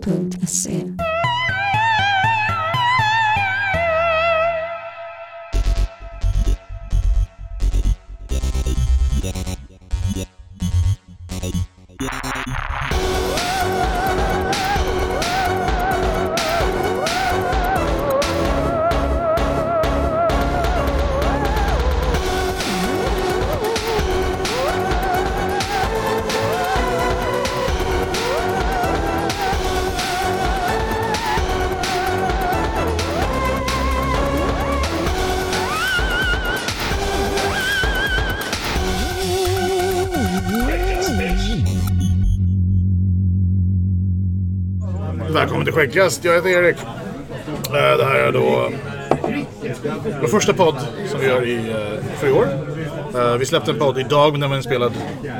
planeten.se. Välkommen till Skäggkast, jag heter Erik. Eh, Det här är då eh, vår första podd som vi gör i, eh, för i år. Eh, Vi släppte en podd idag men den var inspelad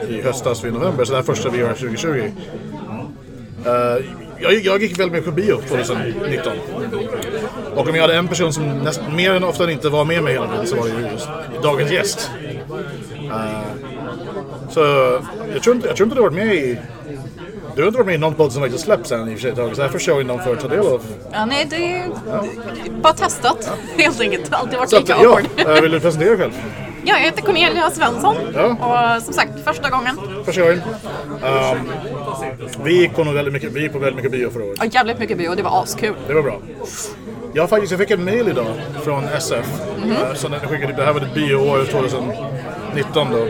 i höstas, i november, så det här är första vi gör 2020. Eh, Jag, jag gick väldigt mycket på bio 2019. Och om jag hade en person som näst, mer än ofta inte var med mig hela tiden så var det ju just dagens gäst. Eh, Så jag tror, inte, jag tror inte du har varit med i du har inte varit med i någon podd som faktiskt släpps än i och för sig Tage, så här förstår jag någon för att ta del av. Ja, nej, det är bara testat helt enkelt. Alltid varit Så att, lika ja, awkward. eh, vill du presentera dig själv? Ja, jag heter Cornelia Svensson Ja. och som sagt första gången. Första gången. Ehm, vi gick på nog väldigt mycket, vi gick på väldigt mycket bio förra året. Ja, jävligt mycket bio, det var askul. Det var bra. Jag, har faktiskt, jag fick en mail idag från SF eh, som den skickade, det här var det bioåret 2019 då.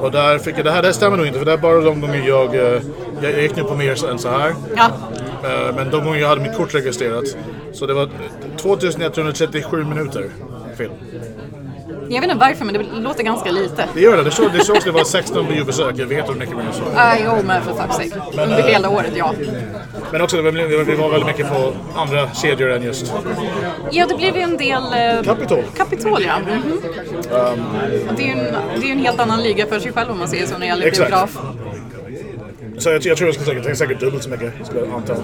Och där fick jag, det här, det här stämmer nog inte för det är bara de gånger jag, eh, jag, jag gick nu på mer än så här. Ja, Eh, Men de gånger jag hade mitt kort registrerat. Så det var 2137 minuter film. jag vet inte varför men det låter ganska lite. Det gör det. Det står det står också att det var 16 biobesök. Jag vet hur mycket mer än så. Ah, jo, men för fuck's sake. äh, Under hela året, ja. Men också, det var- vi var väldigt mycket på andra kedjor än just Ja, det blev ju en del... Eh, Capitol. Kapitol, ja. Um. Mhm. Och det, är ju en, det är ju en helt annan liga för sig själv om man säger så när det gäller Exakt. biograf. Så jag, jag tror jag ska säkert, det är säkert dubbelt så mycket, skulle jag anta.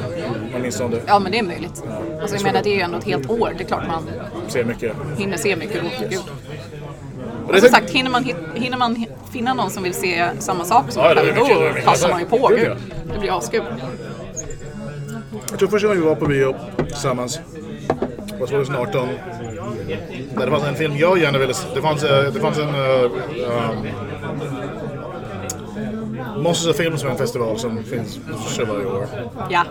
Man minns om det. Ja, men det är möjligt. Alltså, jag menar, det är ju ändå ett helt år. Det är klart man Ser mycket. hinner se mycket. Oh, gud. Och Men det som sagt, hinner man, hit- hinner man hi- finna någon som vill se samma sak som Ja, en det är själv, mycket, det är då mycket. passar man ju på. Gud, Gud. Det blir askul. jag tror första gången vi var på bio tillsammans var 2018. Där det fanns en film jag gärna ville se. Det fanns, eh, det fanns en... Uh, Monsters of Film som är en festival som finns kör varje år. Ja.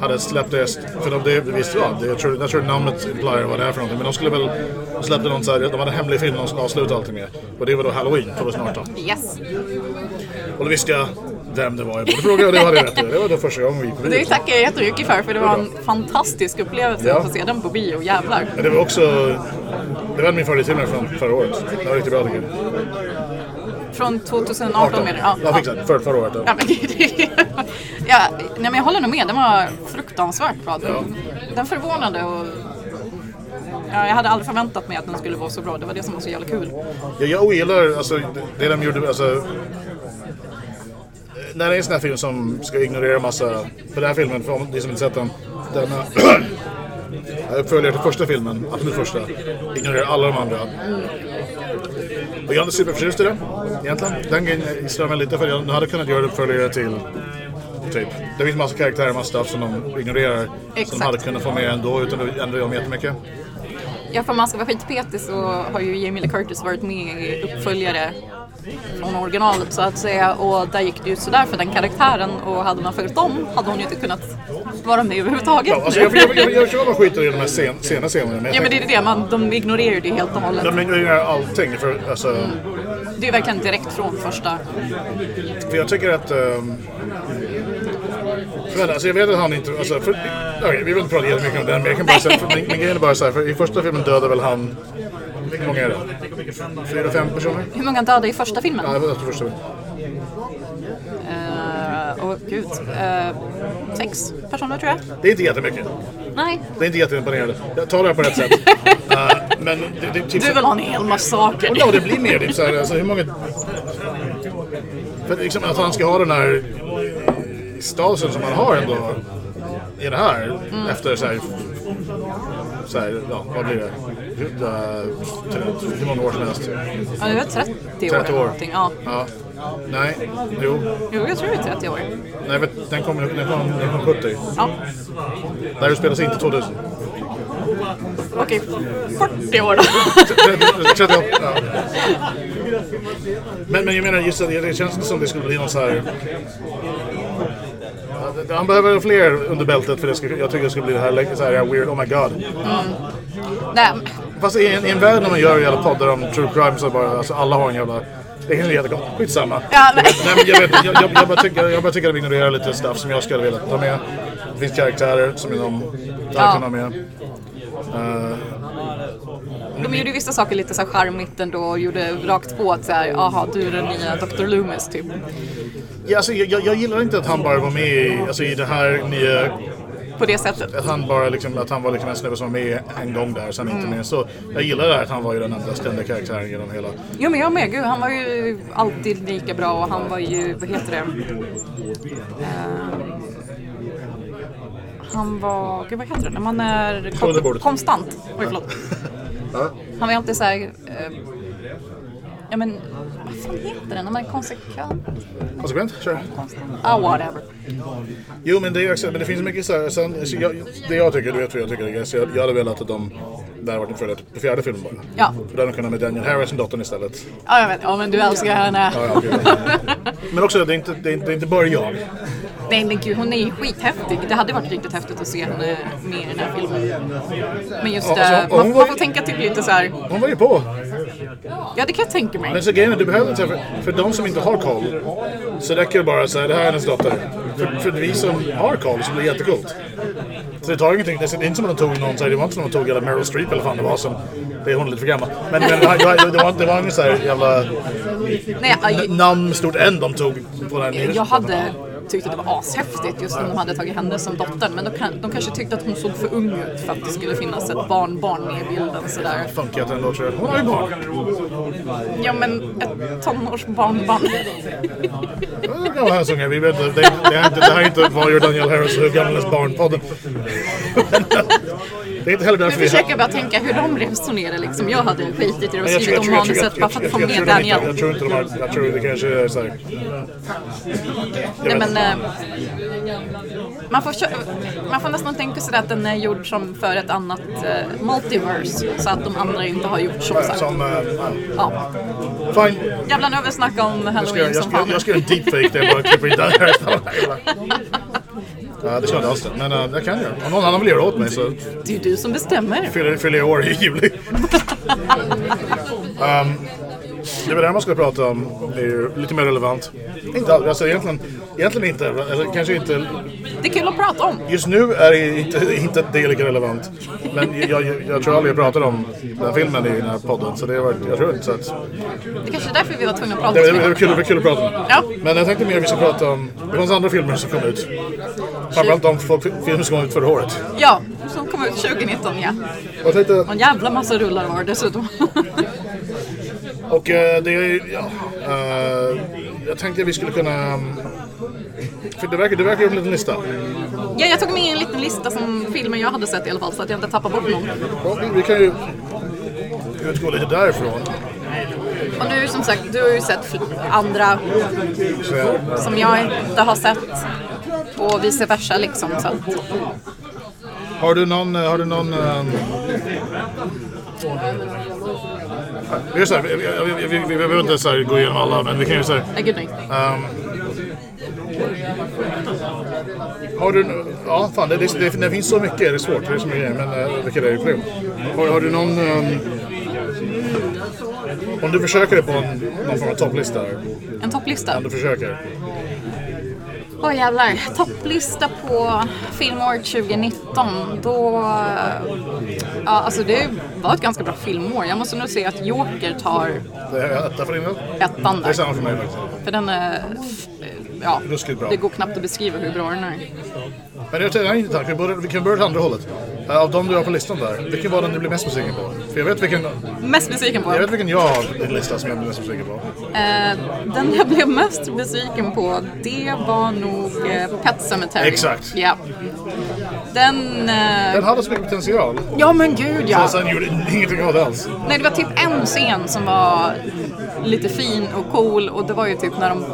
hade släppt det, för de, det visste jag, det, jag, tror, jag tror namnet implier vad det är för någonting, men de skulle väl, de släppte någon så här, de hade en hemlig film de skulle avsluta allting med. Och det var då Halloween 2018. Yes. Och då visste jag vem det var jag borde fråga och det hade jag rätt i. Det var då första gången vi gick på Det video. tackar jag jättemycket för, för det var en fantastisk upplevelse Ja. att få se den på bio. Jävlar. Men det var också, det var min favoritfilm från förra året. Det var riktigt bra tycker jag. Från 2018 menar jag. Ja, fixat. För, förra året. då. Ja, men gud. ja, nej, men jag håller nog med. Den var fruktansvärt bra. Den, den förvånade och... Ja, jag hade aldrig förväntat mig att den skulle vara så bra. Det var det som var så jävla kul. Jag, jag ogillar alltså, det de gjorde. Alltså, när det är en sån här film som ska ignorera massa... För den här filmen, för om- ni som inte sett den. Den eh, uppföljare till första filmen, absolut första. Ignorerar alla de andra. Och jag är inte superförtjust i det, egentligen. Den grejen stör mig lite för jag hade kunnat göra en uppföljare till... Typ. Det finns massa karaktärer och massa stuff som de ignorerar. Som Exakt. de hade kunnat få med ändå utan att ändra dem jättemycket. Ja, för om man ska vara skitpetig så har ju Jamie Lee Curtis varit med i uppföljare från originalet så att säga och där gick det ju sådär för den karaktären och hade man följt dem hade hon ju inte kunnat vara med överhuvudtaget. Ja, alltså, jag, jag, jag, jag tror att man skiter i de här sen, sena scenerna. men jag Ja men det är det, man, de ignorerar ju det helt och hållet. De ignorerar allting. För, alltså, Det är verkligen direkt från första. för jag tycker att... ehm, jag vet inte, alltså jag vet att han inte... Alltså, för, okej, vi vill inte prata jättemycket om den, men jag kan bara säga... För, min, min grej är bara så här, för i första filmen dödar väl han... Hur många är det? Fyra, fem personer? Hur många döda i första filmen? Ja, det var efter första filmen. Eh, Åh gud, Eh, sex personer tror jag. Det är inte jättemycket. Nej, Det är inte jätteimponerande. Jag tar det här på rätt sätt. Eh, men det, det, typ, du vill ha en hel massaker. Ja, det blir mer typ såhär, alltså hur många... För liksom att han ska ha den här statusen som man har ändå i det här. Mm. Efter så här, så här, ja, vad blir det? Hur- Hur många år som helst. Ja, det var 30 år. 30 eller år. någonting. Ja. Ja. Nej, jo. Jo, jag tror det är 30 år. Nej, vet- den kom, den kom, den kom 70. Ja. Det här utspelar sig inte 2000. Okej, 40 år då. 38. Ja. Men, men jag menar just att det det känns inte som det skulle bli någon så här... Ja, det- Han behöver fler under bältet för det ska, jag tycker det skulle bli det här, like, så här weird, oh my god. Nej, Fast i en, i en värld när man gör jävla poddar om true crime så bara, alltså alla har en jävla... Det är jättekonstigt. Skitsamma. Ja, nej. Nej, men jag, vet, jag, jag, jag, bara tycker, jag bara tycker att de ignorerar lite stuff som jag skulle vilja ta med. Det finns karaktärer som de där Ja. kan ha med. Eh, de gjorde ju vissa saker lite så här charmigt ändå och gjorde rakt på att så här, aha, du är den nya Dr. Loomis typ. Ja, alltså, jag, jag, jag gillar inte att han bara var med i, alltså, i det här nya... På det sättet. Att han, bara, liksom, att han var liksom en snubbe som var med en gång där, sen inte mer. Så jag gillar det här att han var ju den enda ständiga karaktären genom hela... Jo men jag med, gud han var ju alltid lika bra och han var ju, vad heter det? Ehm, han var, gud vad heter det, när man är under bordet. konstant. Oj förlåt. Ja. Han var alltid såhär, ehm, ja men vad fan heter det när man är konsekvent? Konsekvent? Kör. konstant? Ah whatever. Jo, men det, är också, men det finns mycket så här... Sen, så jag, det jag tycker, du vet vad jag tycker. Så jag, jag hade velat att de... Det här varit en fördel på fjärde filmen bara. Ja. För då hade de kunnat med Daniel Harrison, dottern istället. Ja jag vet, ja men du älskar henne. Ja, ja, okej. men också, det är, inte, det, är inte, det är inte bara jag. Nej men gud hon är ju skithäftig. Det hade varit riktigt häftigt att se henne mer i den här filmen. Men just Ja, det, alltså, hon man, var man ju- får tänka till lite så här. Hon var ju på. Ja det kan jag tänka mig. Men så grejen är, du behöver inte, för, för de som inte har koll så räcker det bara att säga det här är hennes dotter. För, för vi som har koll så blir det jättecoolt. Så det tar ingenting, det är inte som att de tog någon, så här, det var inte som att de tog hela Meryl Streep eller fan det var som, det är hon lite för gammal. Men, men det, var, det, var, det var ingen så här jävla Nej, aj, namn med stort N de tog på den här Jag hade tyckt att det var ashäftigt just om de hade tagit henne som dottern. Men de, kan, de kanske tyckte att hon såg för ung ut för att det skulle finnas ett barnbarn med i bilden. Sådär. Funkat ändå tror jag. Hon har ju barn. Ja men ett tonårsbarnbarn. Ja, det kan vara Hönsungar, vi vet inte. Det, det, här är inte- det här är inte Vad gör Daniel Harris och hur gammal är hennes barnpodden. Det är inte heller Nu därför försöker jag bara tänka hur de resonerar liksom. Jag hade skitit i det och Men skrivit om jag manuset bara för att få jag- jag- med jag tror de inte- Jag Daniel. tror inte de har... Jag tror det kanske är så här... Nej men... eh, Man får, kö- man får nästan tänka sig att den är gjord som för ett annat eh, multiverse. Så att de andra inte har gjort som sagt. Som... eh, ja. Ja. Fine. Jävlar nu har vi snackat om Jag ska, jag, halloween som ska, fan. jag ska göra en deepfake där jag bara klipper in Daniel Harris. Ja, det ska jag inte alls det. Men eh, jag kan göra. Om någon annan vill göra det åt mig så Det är ju du som bestämmer. fyller fyller jag år i juli. Ehm, det var det här man skulle prata om. Det är ju lite mer relevant. Inte alls. Alltså egentligen, egentligen inte. Eller kanske inte Det är kul att prata om. Just nu är det inte, inte det lika relevant. Men jag, jag, jag tror aldrig jag pratar om den här filmen i den här podden. Så det var, jag tror inte så att... Det kanske är därför vi var tvungna att prata Det, det, om det, var kul, det var kul att prata om. Ja. Men jag tänkte mer att vi ska prata om... Det fanns andra filmer som kom ut. Framförallt de få fi- filmer som kom ut förra året. Ja, som kom ut 2019 ja. Och, jag tänkte, Och en jävla massa rullar var det dessutom. och eh, det är ju- ja, eh, Jag tänkte att vi skulle kunna... mm, För det verkar, det verkar ju en liten lista. ja, jag tog med en liten lista som filmer jag hade sett i alla fall så att jag inte tappar bort någon. Ja, vi- vi kan ju utgå lite därifrån. Och nu som sagt, du har ju sett fl- andra Så jag, som jag inte har sett. Och vice versa liksom. Så att, Har du någon... eh, Har du någon ehm, Vi gör så här, vi, vi, vi, vi, vi behöver inte så här gå igenom alla, men vi kan ju ehm, säga. nej gud nej. Har du... Ja, fan, det, det, det, det finns så mycket, det är svårt, det är så mycket grejer, men eh, vilket är ju problem. Har, har du någon... ehm, om du försöker dig på en, någon form av topplista, här, En topplista. om du försöker. Åh jävlar. Topplista på filmår 2019. Då... eh, Ja, alltså det var ett ganska bra filmår. Jag måste nog säga att Joker tar Det är etta för innan. ettan Det är där. samma för mig faktiskt. För den är f- ja, Ruskigt bra. det går knappt att beskriva hur bra den är. Men jag tänkte, nej inte tack, vi, börjar, vi kan börja åt andra hållet. Eh, av de du har på listan där, vilken var den du blev mest besviken på? För jag vet vilken Mest besviken på? jag, vet vilken jag har på min lista som jag blev mest besviken på. Eh, den jag blev mest besviken på, det var nog eh, Pet Cemetery. Exakt. Ja. Den... Eh, Den hade så mycket potential, ja men gud ja. och sen gjorde ingenting av det alls. Nej, det var typ en scen som var lite fin och cool och det var ju typ när de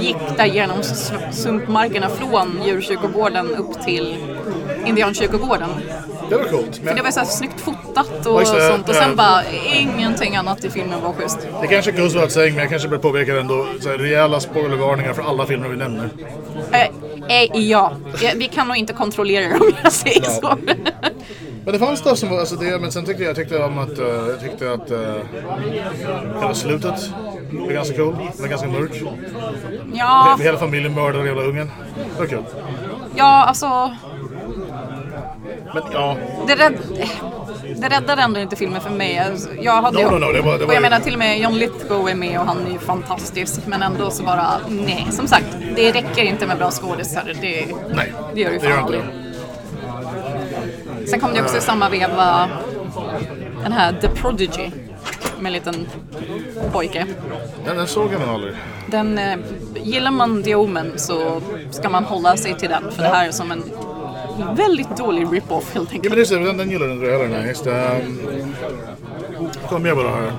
gick där genom s- sumpmarkerna från djurkyrkogården upp till indiankyrkogården. Det var coolt, men För det var så här snyggt fotat och Oj, så, sånt och sen eh, bara ingenting annat i filmen var schysst. det kanske goes without saying, men jag kanske bör påpeka det ändå. Så här, rejäla spoilervarningar för alla filmer vi nämner. Eh, eh, ja, Ja, vi kan nog inte kontrollera det om jag säger så. Men det fanns stuff som var, alltså det, men sen tyckte jag, jag tyckte om att, eh, jag tyckte att uh, hela slutet var ganska cool. Det var ganska mörk. Ja, Hela familjen mördade den jävla ungen. Det var kul. ja alltså Men ja, det, rädd, eh, det räddade ändå inte filmen för mig. Alltså, Jag hade No, no, no, det var- det och var- jag menar till och med John Lithgow är med och han är ju fantastisk. Men ändå så bara, nej. Som sagt, det räcker inte med bra skådisar. Det, nej. det gör det ju fan inte aldrig. det. Sen kom det också i samma veva den här The Prodigy med en liten pojke. Den, den såg jag men aldrig. Den, eh, gillar man The Omen så ska man hålla sig till den. För det här är som en väldigt dålig rip-off helt Ja enkelt. men just det, den, den gillade inte du heller. Nej, just det. Um, kom jag bara här.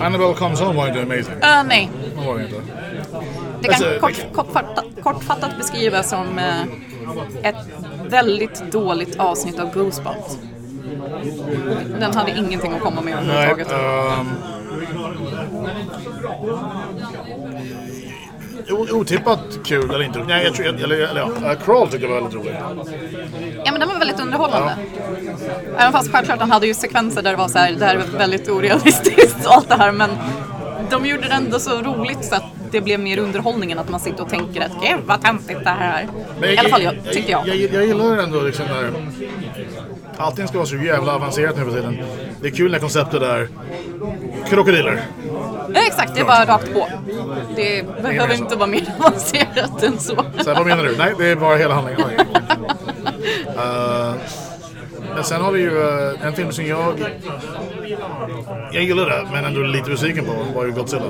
Annabelle Comes Home var inte amazing. Äh, nej, Den var det inte. Det kan Alltså, kort, det- kortfattat, kortfattat beskrivas som eh, ett väldigt dåligt avsnitt av Goosebumps. Den hade ingenting att komma med Nej. överhuvudtaget. Um, otippat kul eller inte. Nej, jag tror... Eller, eller ja. Uh, Crawl tycker jag var väldigt rolig. Ja, men den var väldigt underhållande. Även fast självklart den hade ju sekvenser där det var så här, det här är väldigt orealistiskt och allt det här. Men de gjorde det ändå så roligt så att det blev mer underhållning än att man sitter och tänker att gud vad töntigt det här är. I alla fall jag, tyckte jag. Jag, jag gillar ändå liksom där. Allting ska vara så jävla avancerat nu för tiden. Det är kul när konceptet där. Krokodiler. Ja, exakt, det är bara rakt på. Det behöver inte vara mer avancerat än så. Så här, vad menar du? Nej, det är bara hela handlingen. Oj. Eh, men sen har vi ju eh, en film som jag... Jag gillar det, men ändå lite besviken på var ju Godzilla.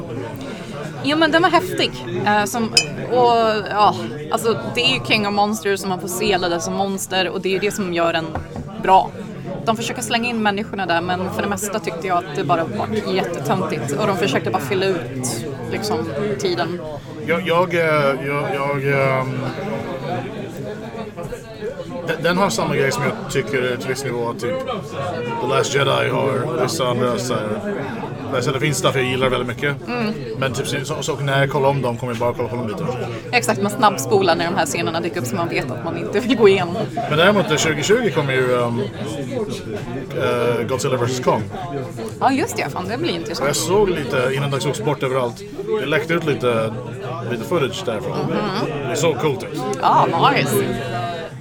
Jo men den var häftig. Eh, som, och, ja, alltså, det är ju King of Monsters som man får se alla där som monster och det är ju det som gör den bra. De försöker slänga in människorna där men för det mesta tyckte jag att det bara var jättetöntigt och de försökte bara fylla ut liksom, tiden. Jag... jag, eh, jag, jag ehm, den, den har samma grej som jag tycker är till viss nivå. Typ The Last Jedi har vissa andra så här, men sen det finns stuff jag gillar väldigt mycket. Men typ, så, så, så när jag kollar om dem kommer jag bara kolla på dem lite. Exakt, man snabbspolar när de här scenerna dyker upp som man vet att man inte vill gå igenom. Men däremot eh, 2020 kommer ju ehm, eh, Godzilla vs Kong. Ja just det, fan det blir Och jag intressant. såg lite innan dags också bort överallt. Det läckte ut lite, lite footage därifrån. Det såg coolt ut. Ja, nice.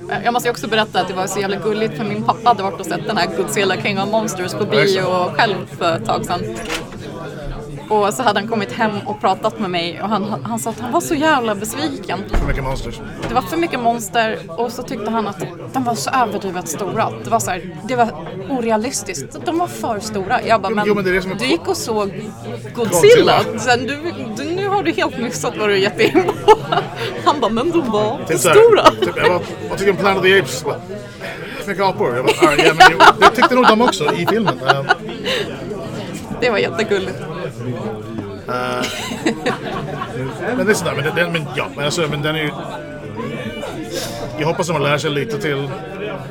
Eh, Jag måste ju också berätta att det var så jävla gulligt för min pappa hade varit och sett den här Godzilla King of Monsters på bio själv för ett tag sedan. Och så hade han kommit hem och pratat med mig och han, han sa att han var så jävla besviken. För mycket monsters. Det var för mycket monster och så tyckte han att de var så överdrivet stora. Det var så här, det var orealistiskt. De var för stora. Jag bara, men, jo, men det är det som är- du gick och såg Godzilla. Godzilla. Sen du, du, nu har du helt missat vad du gett dig in på. Han bara, men de var för så här, stora. Typ, jag bara, vad tycker du om Planet of the Apes? Bara, För mycket apor. Jag bara, "Ah, ja, men, jo, det tyckte nog de också i filmen. Eh, Det var jättegulligt. Men det är sådär, men, det- den, men, ja, men, alltså, men den är ju... Jag hoppas att man lär sig lite till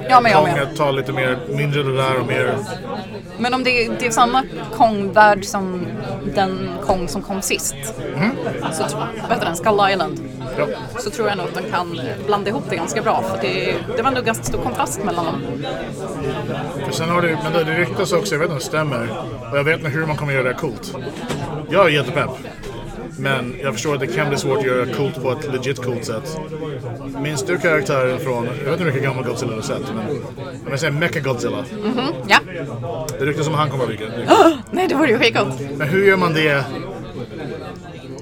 Ja, men jag Kong med. att ta lite mer mindre det där och mer... Men om det, det är samma Kong-värld som den Kong som kom sist. Så, tr- vad heter den? Skull Island. Ja. Så tror jag nog att de kan eh, blanda ihop det ganska bra. För det, det var ändå ganska stor kontrast mellan dem. För sen har det, men det, det ryktas också, jag vet inte om det stämmer. Och jag vet inte hur man kommer göra det här coolt. Jag är jättepepp. Men jag förstår att det kan bli svårt att göra coolt på ett legit coolt sätt. Minns du karaktären från, jag vet inte vilken gammal Godzilla du har sett, men jag vill säga Mecha-Godzilla. Mm, ja. Det ryktas som han kommer att vara vilken. Åh, nej, det vore ju skitcoolt. Men hur gör man det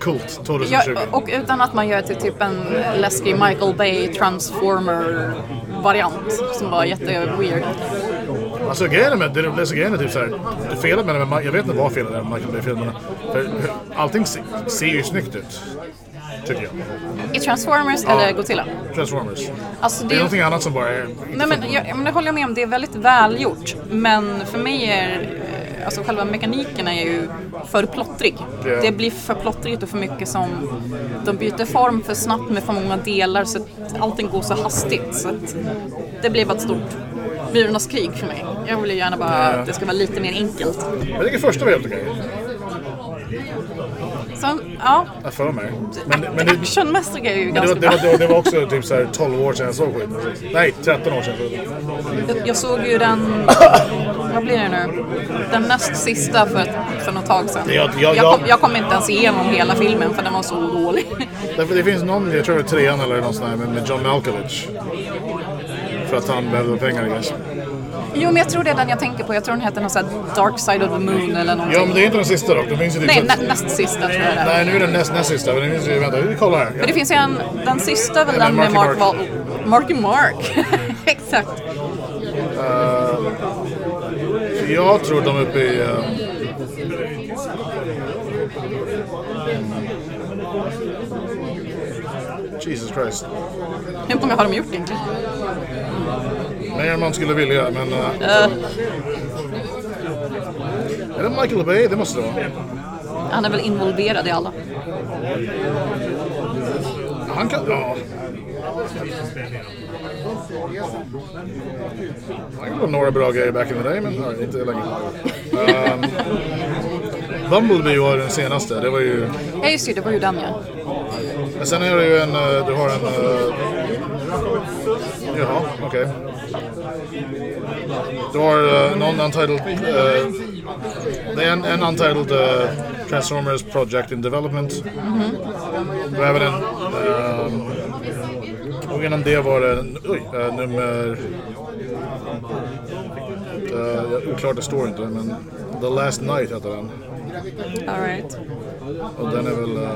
coolt 2020? Ja, och utan att man gör till typ en läskig Michael Bay Transformer-variant som var jätteweird. Alltså grejen med det roliga så grejen är typ såhär, det felet med den, här- jag vet inte vad felet är med Michael Bay-filmerna. För allting se, ser ju snyggt ut. Tycker jag. I Transformers eller Godzilla? Transformers. Alltså, Det är det, någonting annat som bara är... nej, men, jag, men det håller jag med om, det är väldigt välgjort. Men för mig är eh, alltså, själva mekaniken är ju för plottrig. Ja. Det blir för plottrigt och för mycket som de byter form för snabbt med för många delar så att allting går så hastigt. Så att det blir bara ett stort myrornas krig för mig. Jag vill ju gärna bara att det ska vara lite mer enkelt. Jag tycker första var helt okej. Så, ja, Jag för mig. Men, Men, men det, Actionmästare är ju men det, ganska var, det, bra. var, det, var, det var också typ såhär 12 år sedan jag såg skiten. Nej, 13 år sedan. jag såg den. Jag såg ju den, vad blir det nu, den näst sista för, ett, för något tag sedan. Jag- jag- kom, jag- jag kom inte ens igenom hela filmen för den var så dålig. Därför det finns någon, jag tror det är trean eller någon sån här, med- med John Malkovich. För att han behövde pengar kanske. Jo men jag tror det är den jag tänker på, jag tror den heter något sånt här Dark Side of the Moon eller någonting. Ja, men det är inte den sista dock. Det finns ju typ Nej, så- nä, näst sista tror jag det är. Nej, nu är den näst, näst sista. Men det finns ju, vänta, vi kollar här. För det finns ju en, den sista är väl Ja, den men med Marky Mark Wahl... Marky Mark. Exakt. Jag tror de är uppe i... eh, Jesus Christ. Jag vet inte om jag har dem gjort egentligen. Mer än man skulle vilja, men... eh, Är det Michael Bay? Det måste det vara. Han är väl involverad i alla. Han kan... Ja. Han gjorde några bra grejer back in the day, men nej, inte längre. Um, Bumblebee var den senaste. Det var ju... Ja just det, det var ju den ja. Men sen är det ju en, eh, du har en... eh, Jaha, okej. Du har eh, någon untitled... eh, Det är en, en untitled eh, Transformers Project in Development. Du har även en... eh, och innan det var det... Oj, eh, nummer... Uh, oklart, det står inte, men... The Last Night heter den. All right. Och den är väl... eh,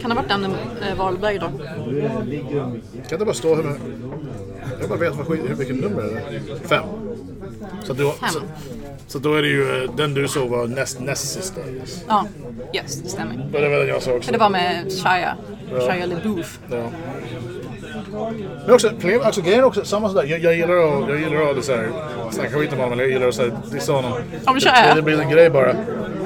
Kan det ha varit den med eh, Wahlberg då? Kan det bara stå hur Jag bara vet vad skit, hur, vilken nummer det är. Fem. Så, då, Fem. så, så då är det ju eh, den du såg var näst, näst sista. Yes. Ja, yes, det stämmer. Det var den jag såg också. För det var med Shia, Shia LaBeouf. Ja. Men också, fler, alltså grejen är också samma sådär. Jag, jag gillar att, jag gillar att så här, snacka skit om honom, eller jag gillar att så här, dissa honom. Ja, men Det, Shia. det blir en grej bara.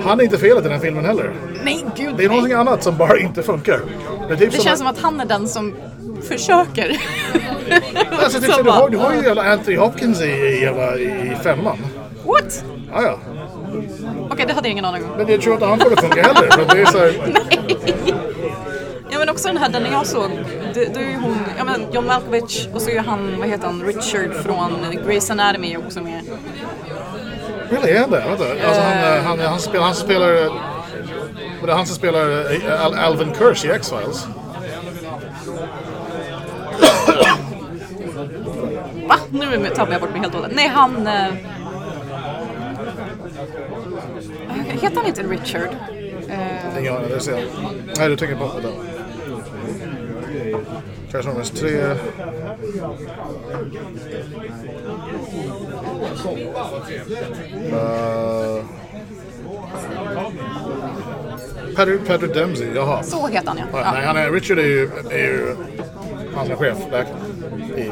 Han är inte felet i den filmen heller. Nej, gud Det är nej. någonting annat som bara inte funkar. Det, är typ Det känns som att han är den som försöker. Alltså, typ, Som så du, bara, har, du har ju jävla Anthony Hopkins i, i, jävla- i femman. What? Ja, ja. Okej, det hade jag ingen aning om. Men jag tror inte han får det funka heller. För det är så här, Ja, men också den här, den jag såg. Det, det är ju hon, ja men John Malkovich och så är ju han, vad heter han, Richard från Grey's Anatomy också med. really, är han det? Vänta. Alltså, han, eh, han, han spelar... Han spelar eh, det är han som spelar eh, Al Alvin Kirsch i X-Files. Va? Nu tappade jag bort mig helt och hållet. Nej, han... Eh... Heter han inte Richard? Eh, Ingen aning, det ser jag. Nej, du tänker på... Vänta. Transformers 3. Uh, Patrick, Patrick Dempsey, jaha. så heter han ja. Ja, ja. Nej, han är, Richard är ju, är ju han som är chef där. I,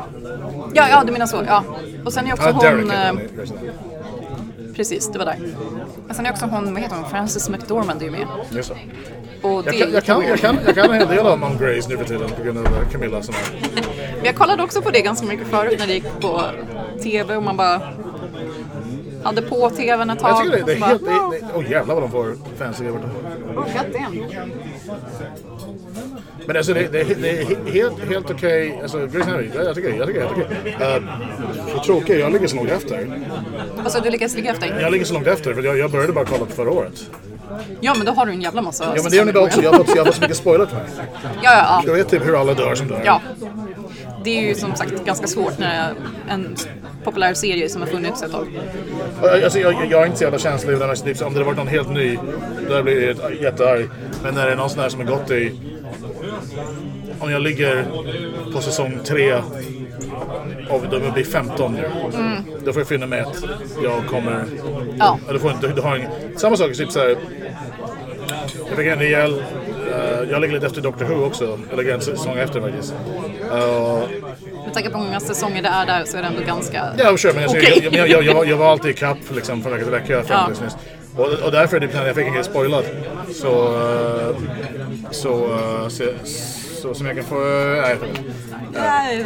Ja, ja, du menar så. Ja. Och sen är också ja, Derek hon... heter han Eh, i Grey's Anatomy. precis, det var där. Och sen är också hon, vad heter hon, Frances McDormand är ju med. Just det. Och det Jag kan, är jag, kan, jag, jätteweird. kan, jag kan en hel del om, om Grace nu för tiden på grund av Camilla som är... Men jag kollade också på det ganska mycket förut när det gick på TV och man bara hade på TVn ett tag. Jag tycker det, det och är så helt... bara, det- det- Åh jävlar vad de får fans i Everton. "Oh, God damn." Men alltså det, det, det är he- helt, helt okej. Alltså Grace Henry, jag, jag tycker jag tycker jag tycker. Uh, vad tråkigt, jag ligger så långt efter. Vad sa Alltså, du lyckades ligga efter? Alltså, Jag ligger så långt efter för jag, jag började bara kolla på förra året. Ja, men då har du en jävla massa Ja, men det gör ni säsonger idag också. i Jag har fått, jag har fått så mycket spoilat här. början. Ja, ja, Jag vet typ hur alla dör som dör. ja. Det är ju som sagt ganska svårt när en populär serie som har funnits ett tag. Alltså, jag, jag är inte så jävla känslig den här snipsen. Om det hade varit någon helt ny, då hade jag blivit jättearg. Men när det är någon sån här som är gott i... Om jag ligger på säsong tre av de blir 15 nu. Då får jag finna mig att jag kommer... Ja. Ja, Du får inte, du har ingen, samma sak, typ så här. Jag fick en rejäl... eh, jag ligger lite efter Doctor Who också. Eller en säsong efter faktiskt. Eh, Med tanke på hur många säsonger det är där så är det ändå ganska... Ja, och kör, men alltså, Okej. jag, jag, jag, jag, jag var alltid i kapp liksom, från vecka till vecka. Fram Ja. tills nyss. Och, och därför, är det typ när jag fick en grej spoilad, så, eh, så, eh, så, så som jag kan få... eh, Nej, jag vet inte. Nej.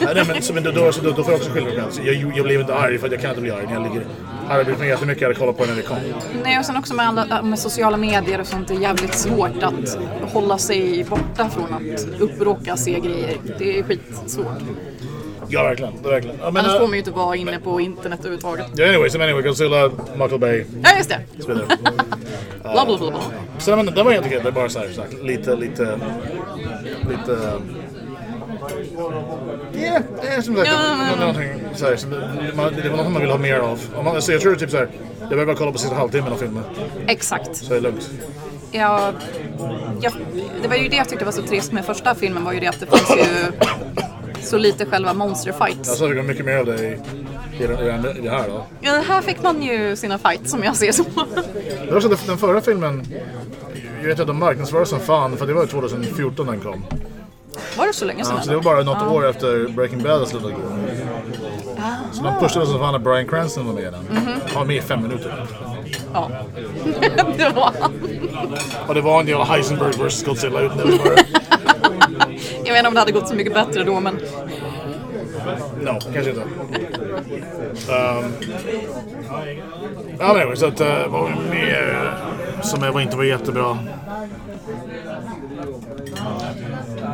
Nej, nej, men, så, men då, då, så, då, då får jag också skiljebrand. Jag, jag blev inte arg, för att jag kan inte bli arg när jag ligger... Hade jag blivit mig jättemycket hade jag kollat på den när det kom. Nej, och sen också med, alla, äh, med sociala medier och sånt, det är jävligt svårt att hålla sig borta från att uppråka se grejer. Det är skitsvårt. Ja, verkligen. Det, är verkligen. Ja, men, Annars får eh, man ju inte vara inne på internet överhuvudtaget. ja, anyway, som anyway, Godzilla, Michael Bay, Ja, just det! och så vidare. Bla, bla, bla, bla. Så men, det var helt okej, det är bara så här, så här lite, lite, lite... Yeah, det är som sagt, Ja, det men- var någonting så här, som, man, det var något man vill ha mer av. Om man, så jag tror typ så här, jag behöver bara kolla på sista halvtimmen av filmen, Exakt. så är det lugnt. Ja, ja, det var ju det jag tyckte var så trist med första filmen var ju det att det fanns ju så lite själva monsterfights. Alltså det går mycket mer av det i, i, den- i, den- i det här då. Ja, här fick man ju sina fights som jag ser så. Det var så att den förra filmen, jag vet att de marknadsförde som fan, för det var ju 2014 den kom. Var det så länge sedan? Så det var bara något Ah. år efter Breaking Bad slutade gå. Ah. Så de pushade som fan att Bryan Cranston var med i den. Mhm. Han var med i fem minuter. Ja. det var han. Och det var en del Heisenberg vs Godzilla utanför. Jag vet inte om det hade gått så mycket bättre då, men no, kanske inte. Um, ja, men anyway, så att eh, vad var det mer eh, som jag var inte var jättebra.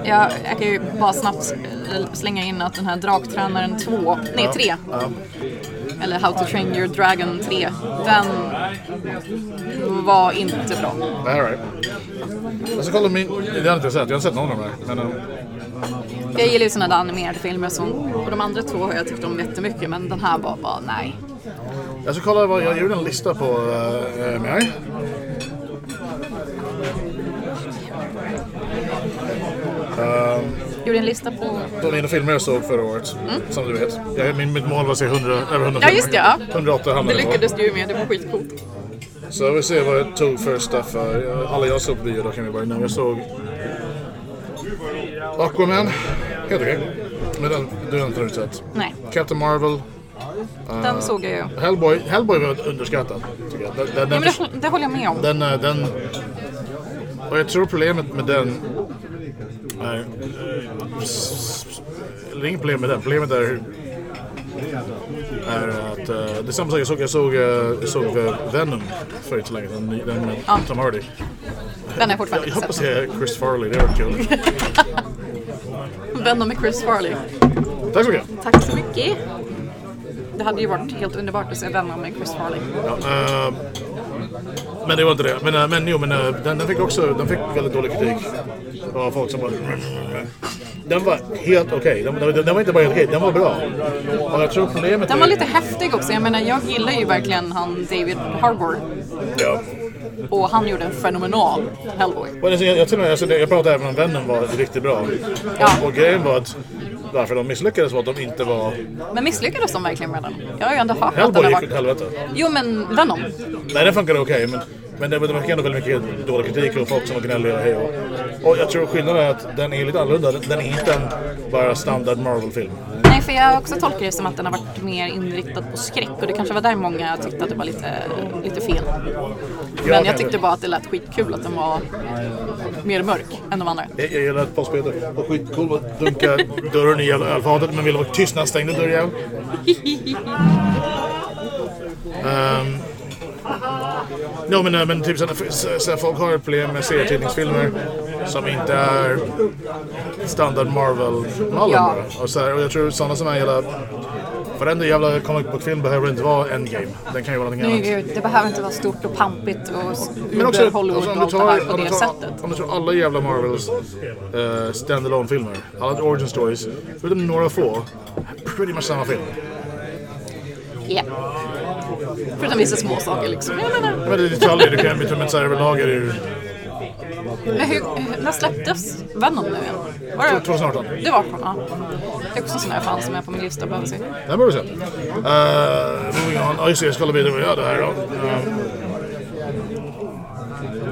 jag, jag kan ju bara snabbt eh, slänga in att den här Draktränaren 2, nej 3, Ja. eller How to Train Your Dragon 3, den var inte bra. all right. Jag ska kolla min... Det har jag inte sett. Jag har inte sett någon av de här. Men, eh, Jag gillar ju såna där animerade filmer som, och de andra två har jag tyckt om jättemycket men den här var bara nej. jag ska kolla vad... Jag gjorde en lista på... Uh, uh, mig. Gjorde en lista på... På mina filmer jag såg förra året. Som du vet. Jag, min, mitt mål var att se 100, över 100 Mm. Ja, just det, ja. 108 Det hamnade jag på. lyckades du ju med, det var skitcoolt. Så vi ser vad jag tog för stuff här. Alla jag såg på bio då kan vi börja nu. Jag såg Aquaman. Helt okej. Men den, den har inte du sett. Nej, Captain Marvel. den såg jag ju. Ja, Hellboy. Hellboy var underskattad. Tycker jag. Den, den, men den, det, det håller jag med om. den, eh, den... Och jag tror problemet med den... Är, eh, s- s- eller inget problem med den. Problemet är hur... Är att, eh, det är samma sak, jag såg, jag såg, eh, jag såg eh, Venom för inte så länge sedan. Den med Ja. Tom Hardy. Den är fortfarande Jag inte hoppas sett. det är Chris Farley, det var kul. Venom med Chris Farley. Tack så mycket. Tack så mycket. Det hade ju varit helt underbart att se Venom med Chris Farley. Ja, eh, men det var inte det. Men, eh, men jo, men eh, den, den fick också den fick väldigt dålig kritik. Det var folk som bara... Den var helt okej. Den, den, den var inte bara helt okej, den var bra. Och jag tror problemet Den var är- lite häftig också. Jag menar, jag gillar ju verkligen han David Harbour. Ja. Och han gjorde en fenomenal Hellboy. Men alltså, jag, jag, till och med, alltså, det- jag pratade även om Venom var riktigt bra. Ja. Och, och grejen var att varför de misslyckades var att de inte var... Men misslyckades de verkligen med den? Jag har ju ändå hört att den Hellboy har gick åt varit... helvete. Jo, men Venom. Nej, den funkade okej, men, men det, det fick ändå väldigt mycket dålig kritik och folk som var gnälliga och hej och. och jag tror skillnaden är att den är lite annorlunda. Den den är inte en bara standard Marvel-film. Nej, för jag också tolkar det som att den har varit mer inriktad på skräck och det kanske var där många tyckte att det var lite, lite fel. Men jag kanske. tyckte bara att det lät skitkul att den var mer mörk än de andra. Jag, jag gillar att Paul Peter var skitcool och dunka dörren i jävla ölfatet men ville vara tyst när han stängde dörren. um, ja, men, eh, men typ sådana, sådana, folk har ett problem med serietidningsfilmer som inte är standard Marvel-mallen Ja. bara. Och, så här, och jag tror sådana som är hela Varenda jävla comic book-film behöver inte vara Endgame. Den kan ju vara Nu, någonting annat. det behöver inte vara stort och pampigt och s- Men också, Uber Hollywood alltså, och om, du allt det tar, här på om, du det sättet. tar, om du tar alla jävla Marvels uh, standalone filmer alla origin stories, förutom några få, pretty much samma film. Japp. Förutom vissa små saker liksom. Jag menar, Men det är detaljer du kan byta med så här överlag är det ju men hur, när släpptes Venom nu igen? Var det, 2018. Det var ja. Det är också en sån här fan som är på min lista och behöver se. Den borde vi se. Uh, moving on. Ja just det, jag ska kolla vidare vad jag hade här då. Eh,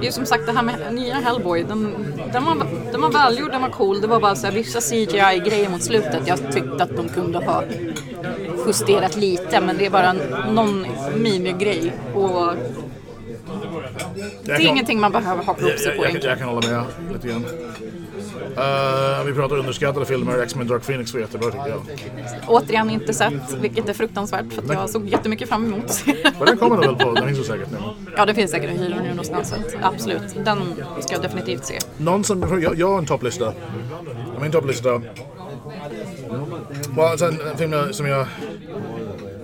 Det är som sagt det här med nya Hellboy. Den, den, var, den var välgjord, den var cool. Det var bara så här, vissa CGI-grejer mot slutet. Jag tyckte att de kunde ha justerat lite, men det är bara en, någon minigrej. Och det jag är kan- ingenting man behöver haka upp sig jag, på. jag, egentligen. jag kan hålla med lite grann. Eh, vi pratar underskattade filmer. X-Men Dark Phoenix var jättebra tycker jag. Återigen inte sett, vilket är fruktansvärt för att jag såg jättemycket fram emot att se den. Men den kommer nog väl på, den finns ju säkert nu. Ja, det finns säkert en hyror nu någonstans. så att Absolut, den ska jag definitivt se. Någon som, jag, jag har en topplista. Min topplista. Well, sen en film jag- som jag...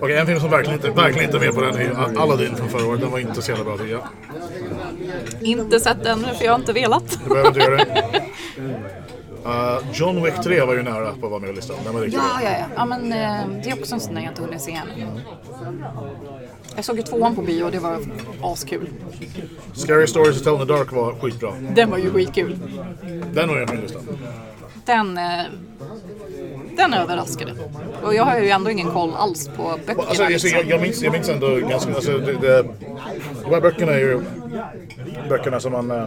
Okej, en film som verkligen inte, verkligen inte är med på den är Aladdin från förra året. Den var inte så jävla bra tycker jag. Inte sett den för jag har inte velat. Du behöver inte göra det. Eh, John Wick 3 var ju nära på att vara med i listan. Den var riktigt Ja, bra. ja, ja. ja men, eh, det är också en sån där jag inte hunnit se än. Jag såg ju tvåan på bio och det var askul. Scary Stories to Tell in the Dark var skitbra. Den var ju skitkul. Den var med på min lista. Den, eh, den överraskade. Och jag har ju ändå ingen koll alls på böckerna. Alltså, jag, liksom. jag, jag, minns, jag minns ändå ganska... Alltså, det, det, de här böckerna är ju böckerna som man... eh,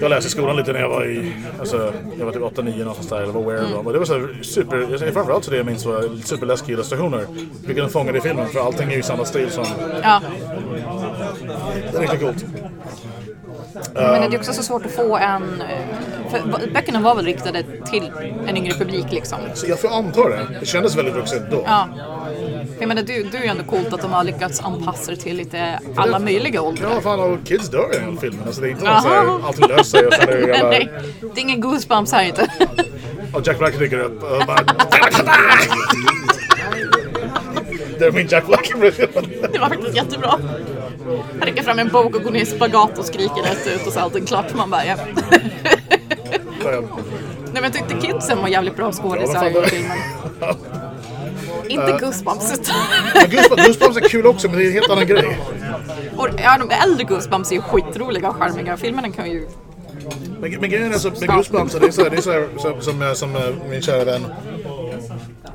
Jag läste i skolan lite när jag var i... Alltså, jag var typ 8-9 någonstans där. Jag var Mm. aware av dem. Och det var så här super... jag säger Framförallt så det jag minns var superläskiga illustrationer. Vilket de fångade i filmen. För allting är ju i samma stil som... ja. Det är riktigt coolt. Men det är också så svårt att få en... eh, För böckerna var väl riktade till en yngre publik liksom. Så jag får anta det. Det kändes väldigt vuxet då. Ja. Jag menar, du, du är ju ändå coolt att de har lyckats anpassa det till lite alla möjliga åldrar. Ja, fan, och kids dör i den här filmen. Alltså, det är inte någon så Jaha. här, allting löser sig och sen är det Nej, nej. jävla... det är ingen goosebumps här inte. Och Jack Black dyker upp och bara... det är min Jack Black impression. Det var faktiskt jättebra. Jag räcker fram en bok och går ner i spagat och skriker rätt ut och så är allting klart. Man bara, ja. Nej men jag tyckte kidsen var jävligt bra skådisar i filmen. Inte Goosebumps. utan- Goosebumps Goosebumps är kul också, men det är en helt annan grej. och, ja, de äldre Goosebumps är ju skitroliga och charmiga. Filmen kan ju... Men, men grejen är så med Goosebumps, det är så här, det är så här som, som, eh, som eh, min kära vän,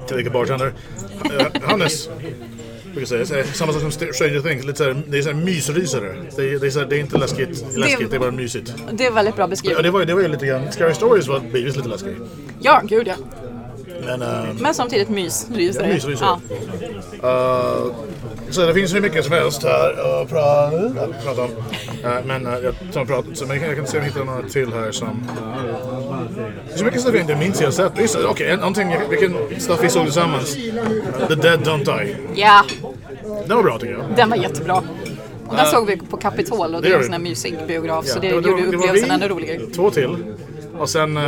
tillika bartender, eh, Hannes brukar säga. Så här, Samma sak som St- Stranger Things, lite så här, det är så här mysrysare. Det är, det är, så här, det är inte läskigt, läskigt, det är bara mysigt. Det är väldigt bra Ja, beskrivet. det var ju det var ju lite grann, Scary Stories var bitvis lite läskig. Ja, gud ja. Men... eh, Men samtidigt mys. Ryser. Ja, mys, ryser. Uh, så det finns hur mycket som helst här att pra- att prata om. Eh, men eh, jag, som prat, så, men jag, kan- jag kan se om jag hittar några till här som... Det är så mycket stuff jag inte minns jag har sett. Just det, Okej, en- någonting, jag- vilken stuff vi såg tillsammans. The Dead Don't Die. Ja, Den var bra tycker jag. den var jättebra. Och den såg vi på Kapitol och det det gör är en vi. sån här mysig biograf så det var- gjorde var- var upplevelsen vi, ännu roligare. Två till. Och sen eh,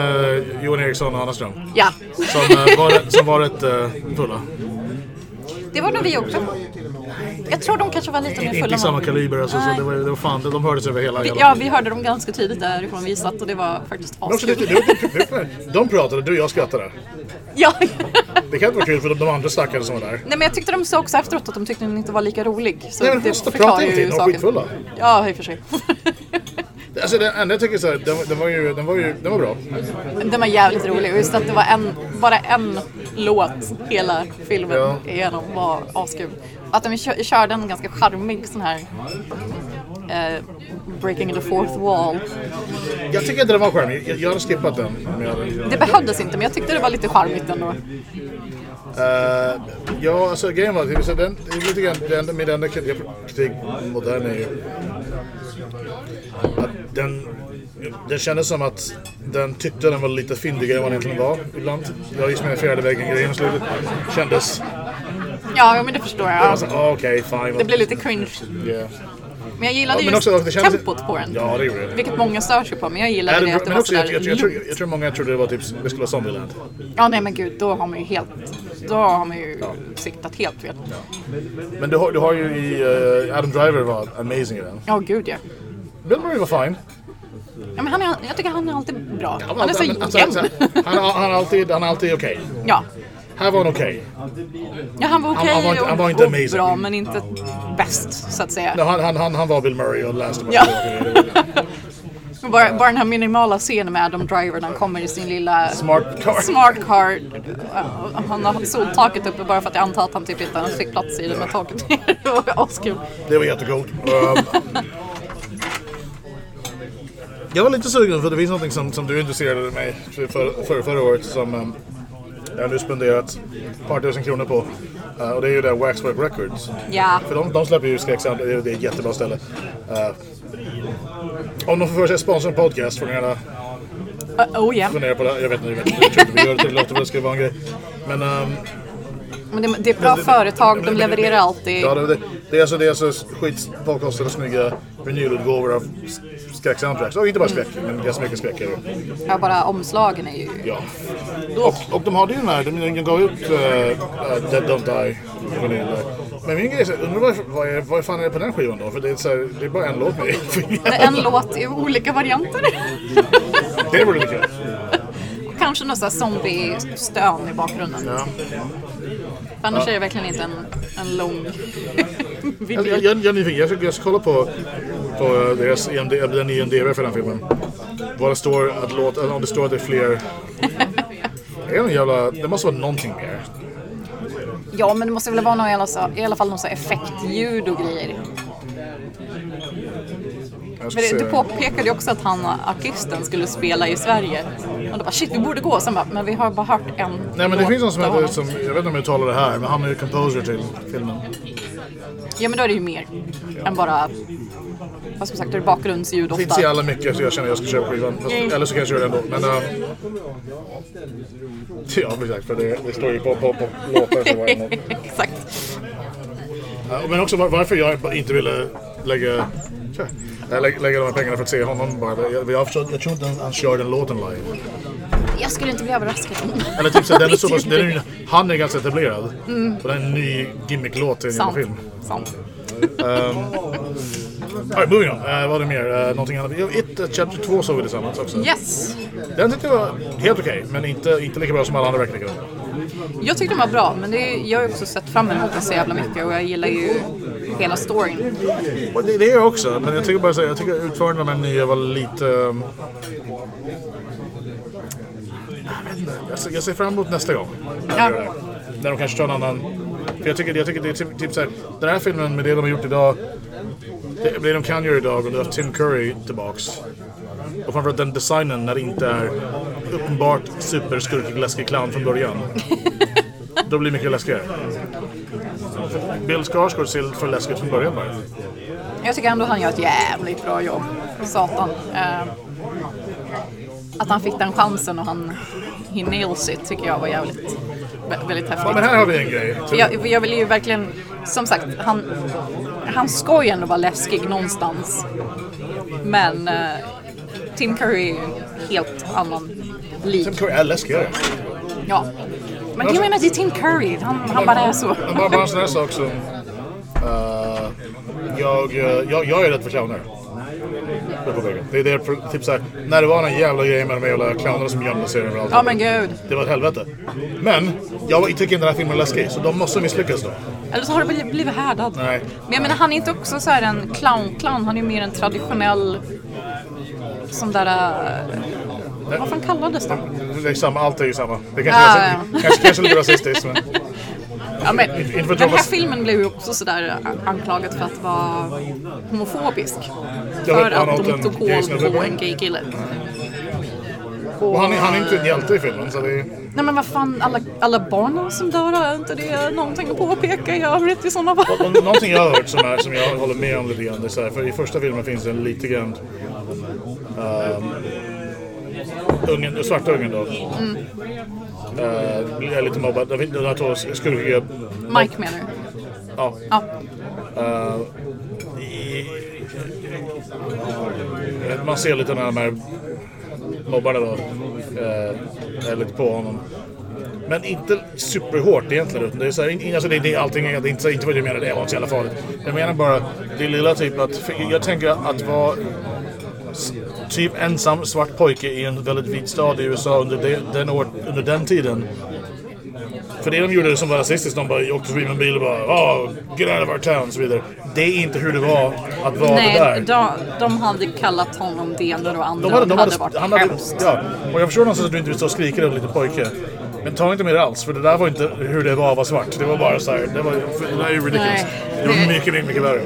Johan Eriksson och Anna Ström. Ja, Som, eh, var, som var ett eh, fulla. det var nog vi också. Jag tror de kanske var lite mer fulla. Inte i än samma vad- kaliber. Alltså, så Nej. det, var, det var fan, de hördes över hela... Vi- hela Ja, vi hörde dem ganska tidigt därifrån vi satt och det var faktiskt Men också, det, det, askul. det, det, de pratade, du och jag skrattade. Ja. Det kan inte vara kul för de, de andra stackarna som var där. Nej, men jag tyckte de sa också efteråt att de tyckte den inte var lika rolig. Så Nej, men de det måste förklarar prata ju inte, de var saken. skitfulla. Ja, i och för sig. Alltså det enda jag tycker så här, den, var- den var ju, den var ju, den var bra. den var jävligt rolig och just att det var en, bara en låt hela filmen Ja. igenom var askul. Att de kö- körde en ganska charmig sån här eh, Breaking the fourth wall. Jag tycker inte den var charmig. Jag, jag hade skippat den. om jag hade- Det behövdes inte, men jag tyckte det var lite charmigt ändå. Eh, ja, alltså grejen var att så den, det är lite grann, den, min enda kritik kritik mot den är ju att den, den kändes som att den tyckte den var lite fyndigare än vad den egentligen var ibland. Jag just med fjärde väggen-grejen i slutet kändes... Ja, men det förstår jag. Alltså, ah, okej, fine. Det blir lite cringe. Yeah. Men jag gillade Ja, men just också- det kändes- tempot på den. Ja, det gjorde det. Vilket många stör sig på, men jag gillade det, det att det men var också, jag, sådär jag, jag, tror, lugnt. jag tror många trodde det var typ, det skulle vara Zombieland. Ja, nej men gud, då har man ju helt... Då har man ju siktat helt fel. Men du har, du har ju i, eh, Adam Driver var amazing i den. Ja, gud ja. Bill Murray var fine. ja men han är, jag tycker han är alltid bra. Ja, men Han är så alltså, men, alltså, jämn. alltså, han, han, är alltid, han är alltid okej. Ja. Här var han okej. ja, han var han var okej inte- han var inte och, och amazing. bra, men inte bäst så att säga. Nej, Han, han, han, han var Bill Murray och Last of Us. Ja. Men Bara, bara den här minimala scenen med Adam Driver när han kommer i sin lilla Smart car. smart car. Uh, Han har soltaket uppe bara för att jag antar att han typ inte ens fick plats i det med taket ner. Det var askul. Det var jättegott. Ehm, jag var lite sugen för det finns någonting som, som du intresserade mig för, för, för förra året som ehm, jag nu spenderat ett par tusen kronor på. Eh, och det är ju det här Waxwork Records. Ja. För de, de släpper ju skräcksound, det är det är ett jättebra ställe. Eh, om de får för sig sponsra en podcast får ni gärna Uh, oh ja. fundera på det. här. Jag vet inte, jag vet inte, jag tror inte vi gör det till låter väl det ska vara en grej. Men ehm, Men det, det är bra företag, de levererar alltid. Ja, det, det, det är alltså, det är alltså skit påkostade snygga vinylutgåvor av s- skräck-soundtracks. Och inte bara skräck, men ganska mycket skräck är det. Ja, bara omslagen är ju... Ja. Och, och de hade ju den här, de, de gav ut eh, eh, Dead Don't Die. vinyl. Men min grej är så här, undrar vad, vad, är- vad fan är det på den skivan då? För det är, så här, det är bara en låt med Det är en låt i olika varianter. Det vore lite kul. Kanske någon sån här zombie-stön i bakgrunden. Ja. För annars är det verkligen inte en, en lång Jag, jag, video. jag, jag är nyfiken, jag ska, jag ska kolla på, på eh, deras IMD, den IMDB för den filmen. Vad det står att låt, eller om det står att det är fler... Det, är någon jävla, det måste vara någonting mer. Ja, men det måste väl vara någon, jävla så- i alla fall någon sån här effektljud och grejer. Jag ska Men det, se. du påpekade ju också att han, artisten, skulle spela i Sverige. Och då bara shit, vi borde gå. Sen bara, men vi har bara hört en Nej men det låt finns någon som av heter, honom. som, jag vet inte om jag talar det här, men han är ju composer till filmen. Ja, men då är det ju mer än bara... Vad som sagt, då är det bakgrundsljud Det finns så ofta. jävla mycket så jag känner att jag ska köpa skivan. Fast, Mm. eller så kanske jag gör det ändå. Men, ehm, ja exakt, för det, det står ju på, på, på låtar för varje månad. Exakt. Ja, Men också var- varför jag inte ville lägga, tja, äh, lä- lägga de här pengarna för att se honom bara. Jag, jag, förstår- jag tror inte han- han kör den låten live. Jag skulle inte bli överraskad. Eller typ så, här, den är Mitt så pass, den är, ju- huvud. han är ganska etablerad. Och det är en ny gimmick-låt till en jävla Sant. film. Ehm, Sant. Alright, moving on. Eh, vad var det mer? Uh, någonting annat? Jo, It eh, Chapter 2 såg vi tillsammans också. Yes. Den tyckte jag var helt okej, men inte, inte lika bra som alla andra verkligen. Jag tyckte den var bra, men det, är- jag har ju också sett fram emot den så jävla mycket och jag gillar ju hela storyn. Och Det, det är jag också, men jag tycker bara säga, jag tycker utförandet av den här nya var lite... ehm, jag vet inte. Jag ser- Jag ser fram emot nästa gång. Ja. När de kanske tar en annan... För jag tycker, jag tycker det är typ, typ så här, den här filmen med det de har gjort idag, det, det de kan göra idag, och du har haft Tim Curry tillbaks. Och framförallt den designen när det inte är uppenbart superskurkig läskig clown från början. Då blir det mycket läskigare. Bill Skarsgård ser för läskigt från början bara. Jag tycker ändå han gör ett jävligt bra jobb. Satan. Eh, att han fick den chansen och han he nails it tycker jag var jävligt vä- väldigt Ja, men häftigt. här har vi en grej. Jag, jag vill ju verkligen, som sagt, han, han ska ju ändå vara läskig någonstans. Men eh, Tim Curry är ju en helt annan lik. Tim Curry är läskigare. Ja. Men det menar det är Tim Curry, han, han bara är så. Men bara, bara en sån här sak som... eh, jag, eh, jag, jag är rädd för clowner. Det är på vägen. Det är därför, typ såhär, när det var den jävla grejen med de jävla clownerna som gömde sig överallt. Ja men gud. Det var ett helvete. Men, jag tycker inte den här filmen är läskig, så de måste misslyckas då. Eller så har det bli- blivit härdad. Nej. Men jag menar, han är inte också så här en clown-clown. Han är ju mer en traditionell... Som där... eh, Vad fan kallades det? Det är samma, allt är ju samma. Det kanske, Ja, är, Ah, ja. kanske, kanske lite rasistiskt, men... Ja, men, Inte- inte för att den här jag var- filmen blev ju också sådär anklagad för att vara homofobisk. Jag För vet, han att åt de en tog gay hål på snubbe. en gay kille. Och han, är- han är inte en hjälte i filmen, så det är... Nej men vad fan, alla, alla barnen som dör, är inte det någonting att påpeka i övrigt i sådana fall? Och någonting jag har hört som, är, som jag håller med om lite grann, det är så här, för i första filmen finns det en lite grann... ehm, ungen, den svarta ungen då. Eh, blir lite mobbad. Den den här två skurkiga... Mike menar du? Ja. Ja. eh, i, man ser lite när de här mobbarna då eh, är lite på honom. Men inte superhårt egentligen. Utan det är så här, in- alltså det, det, är allting, det är inte, inte vad du menar, det var inte så jävla farligt. Jag menar bara det lilla typ att... för Jag tänker att vara s- typ ensam svart pojke i en väldigt vit stad i USA under, de, den, år, under den tiden. För det de gjorde som var rasistiskt, de bara åkte förbi med en bil och bara oh, “Get out of our town” och så vidare. Det är inte hur det var att vara det där. Nej, de, de hade kallat honom det ena och andra. De hade, de hade, det varit han hade, hemskt. ja. Och jag förstår någonstans att du inte vill stå och skrika det lite pojke. Men ta inte med det alls, för det där var inte hur det var att vara svart. Det var bara så här, det, var, det där är ju ridiculous. Nej, Det var det- mycket, mycket, mycket värre.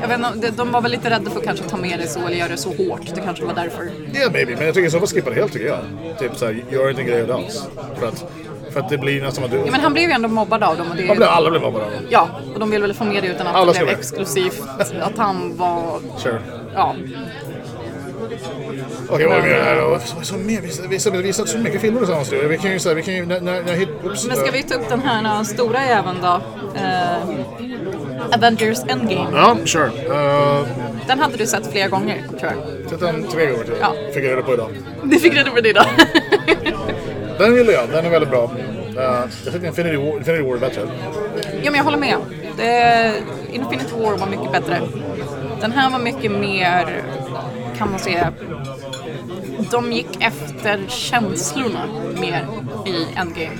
Jag vet inte, de- de var väl lite rädda för att kanske ta med det så eller göra det så hårt. Det kanske var därför. Yeah maybe, men jag tycker i så fall skippa det helt tycker jag. Typ såhär, gör inte grejer alls. För att, för att det blir nästan att du... Ja, men han blev ju ändå mobbad av dem. Och det, Man blir, alla blir mobbade av dem. Ja, och de ville väl få med det utan att Alla det ska blev med. exklusivt. Att han var... Sure. Ja. Okej, vad är det mer här då? Så- så mer? Vi- Vi vi har visat så mycket filmer tillsammans nu. Vi kan ju såhär, vi kan ju... När, när, när, hit, ups, Men ska vi ta upp den här när den stora även då? Eh, Avengers Endgame. Ja, sure. Uh, Den hade du sett flera gånger, tror jag. Titta en tre gånger till. Ja. Fick jag reda på idag. Du fick reda på det idag. Den gillar jag, den är väldigt bra. Eh, jag tycker Infinity War, Infinity War är bättre. Ja, men jag håller med. Det, Infinity War var mycket bättre. Den här var mycket mer, kan man säga, de gick efter känslorna mer i Endgame.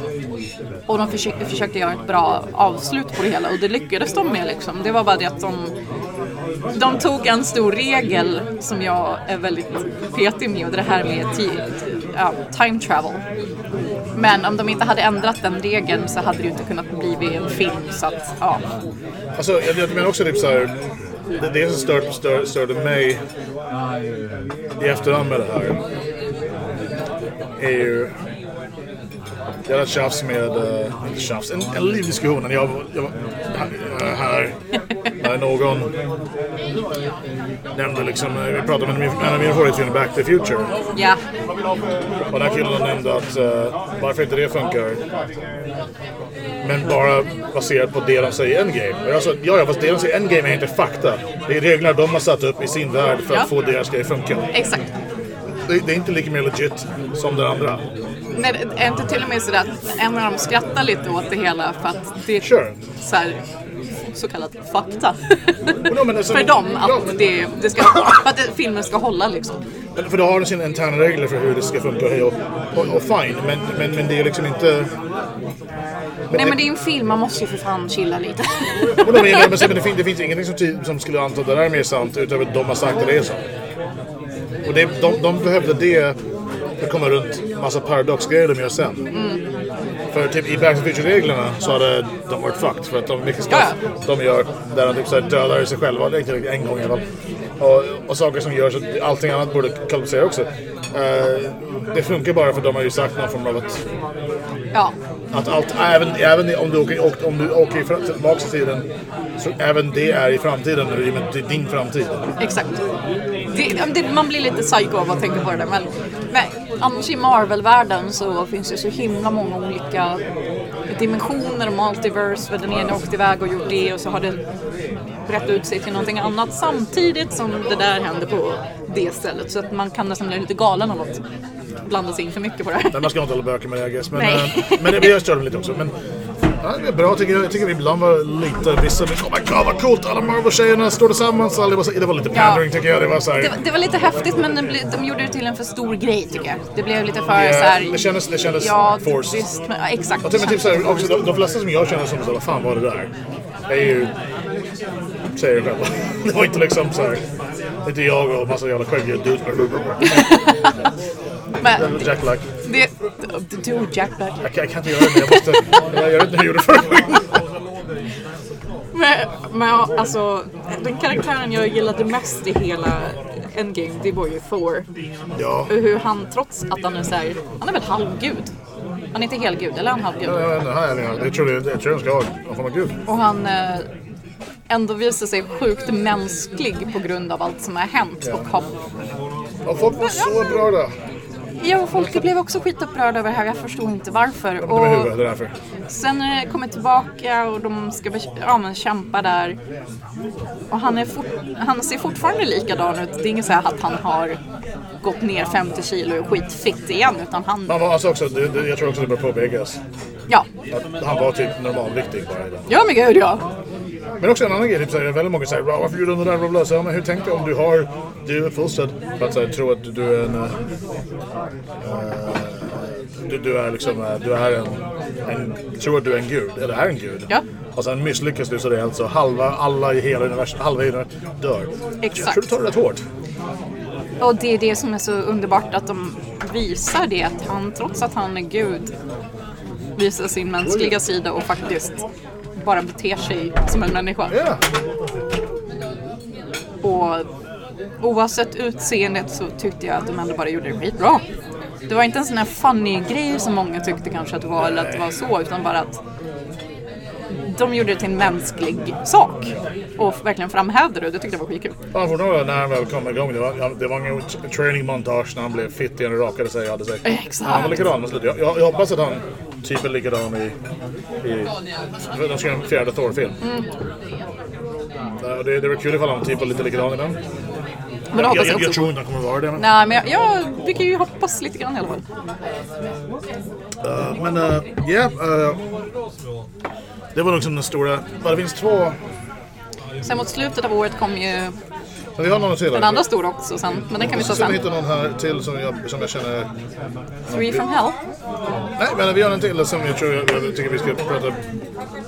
Och de försökte, försökte göra ett bra avslut på det hela och det lyckades de med liksom. Det var bara det att de, de tog en stor regel som jag är väldigt petig med och det här med ti, ja, time travel. Men om de inte hade ändrat den regeln så hade det ju inte kunnat bli en film. Så att, ja. Alltså, jag, jag menar också typ såhär... Det, det som stör, stör, störde mig i efterhand med det här är ju... Jag hade ett tjafs med... eh, Inte tjafs, en, en liv diskussion. när Jag, jag var här, här när någon nämnde liksom... Vi pratade om en av min- en av mina favoritfilmer, Back to the Future. ja. Och den här killen nämnde att eh, varför inte det funkar. Men bara baserat på det de säger i Endgame. Och jag sa, ja, ja, fast det de säger i Endgame är inte fakta. Det är reglerna de har satt upp i sin värld för att Ja. få deras grej att funka. Exakt. Det, det är inte lika mer legit som det andra. Nej, det är inte till och med så att en av dem skrattar lite åt det hela för att det är Sure. så, här, så kallat fakta. Ja, men alltså- för dem, Ja. att, det, det ska, för att det, filmen ska hålla liksom. Men- För då har de sina interna regler för hur det ska funka. hej Och, och, och fine, men, men, men det är liksom inte... Nej men det är en film, man måste ju för fan chilla lite. Och de menar, men, men det, finns, det finns ingenting som, ty- som skulle anta att det där är mer sant utöver att de har sagt att det är sant. Och det, de, de behövde det för att komma runt massa paradoxgrejer de gör sen. För typ i Back to the Future-reglerna så hade de varit fucked för att de mycket stuff de gör där de typ så här dödar sig själva, det är inte riktigt en gång i alla fall. Och, och saker som görs, att allting annat borde kvalificera också. Eh, det funkar bara för att de har ju sagt någon form av att ja. att allt, även, även om du åker, och- om du åker i fram- tillbaka i tiden, så även det är i framtiden nu, i och med att det är din framtid. Exakt. Det, ja, det, man blir lite psycho av att tänka på det där. Men, men annars i Marvel-världen så finns det så himla många olika dimensioner och multiverse. För den ena åkte iväg och gjorde det och så har det brett ut sig till någonting annat samtidigt som det där händer på det stället. Så att man kan nästan bli lite galen av att blanda sig in för mycket på det här. Nej, man ska inte hålla böcker med det, I guess. Men, Nej. eh, men det, men jag störde mig lite också. Men, ja, det är bra, tycker jag. Jag tycker vi ibland var lite, vissa, men, oh my god vad coolt, alla Marvel-tjejerna står tillsammans. Alla, det, var, så- det var lite pandering, tycker jag. Det var så här, Det, var- det var lite häftigt men den ble, de gjorde det till en för stor grej tycker jag. Det blev lite för Ja, så här... det kändes- det kändes ja, forced. Visst, men, ja, exakt. Och typ, men typ Kändes så här, lite också, de, de flesta som jag känner som så, vad fan var det där? Det är ju... Säger jag själva. Det var inte liksom så här... Inte jag och massa jävla skäggiga dudes. Men, Jack Black. Det... Du, Jack Black. Jag kan, jag kan inte göra det, men jag måste... Jag vet inte hur jag gjorde förra gången. Men, men ja, alltså, den karaktären jag gillade mest i hela Endgame, det var ju Thor. Ja. Och Hur han, trots att han är så här, han är väl halvgud? Han är inte helgud, eller är han halvgud? Jag vet inte, här är det. Jag tror det jag tror jag ska ha. Vad fan vad gud. Och han eh, ändå visar sig sjukt mänsklig på grund av allt som har hänt och har Ja, folk var så bra där. Ja, folk blev också skitupprörda över det här. Jag förstod inte varför. De är Och- huvudet, det är därför. Sen när det kommer tillbaka och de ska be- ja, men kämpa där. Och han, är fort- han ser fortfarande likadan ut. Det är inget så här att han har gått ner 50 kilo och är skitfit igen. Utan han, Han var alltså också, det, det, jag tror också det bör påpekas, ja. att han var typ normalviktig bara. i den. Ja men gud ja. Men också en annan grej, typ, så här, väldigt många säger "Wow, varför gjorde du det där? Bla, bla. Så, ja, men hur tänker du om du har, du är uppfostrad för att så här, tro att du är en... eh, eh, du, du är liksom, eh, du är en, en, tror att du är en gud, eller är en gud. Ja. Och sen misslyckas du så det är alltså halva, alla i hela universum, halva universum dör. Jag Exakt. tror du tar det rätt hårt. Och det är det som är så underbart att de visar det. Att han trots att han är gud visar sin mänskliga sida och faktiskt bara beter sig som en människa. Ja, Och oavsett utseendet så tyckte jag att de ändå bara gjorde det skitbra. Det var inte en sån här funny grej som många tyckte kanske att det var eller att det var så utan bara att de gjorde det till en mänsklig sak och verkligen framhävde det och det tyckte jag var skitkul. han fortfarande när han väl kom igång. Det var, ja, det var ingen t- training montage när han blev fittigare och rakade sig. Hade sig. Exakt. Han var likadan mot slutet. Jag, jag, jag hoppas att han typ är likadan i... i för de ska göra en fjärde Thor-film. Ja, Det, det var kul ifall han typ var lite likadan i den. Men det Jag, hoppas jag jag, jag också. tror inte han kommer vara det. Men, Nej men jag, jag, vi kan ju hoppas lite grann i alla fall. Eh, men eh, ja, eh, det var liksom den stora... Bara, det finns två... Sen mot slutet av året kom ju Vi har någon till. den andra stora också sen, men den kan vi ta Sen sen. hittar någon här till som jag, som jag känner... Three from hell. Nej, men vi har en till som jag tror jag, jag tycker vi ska prata...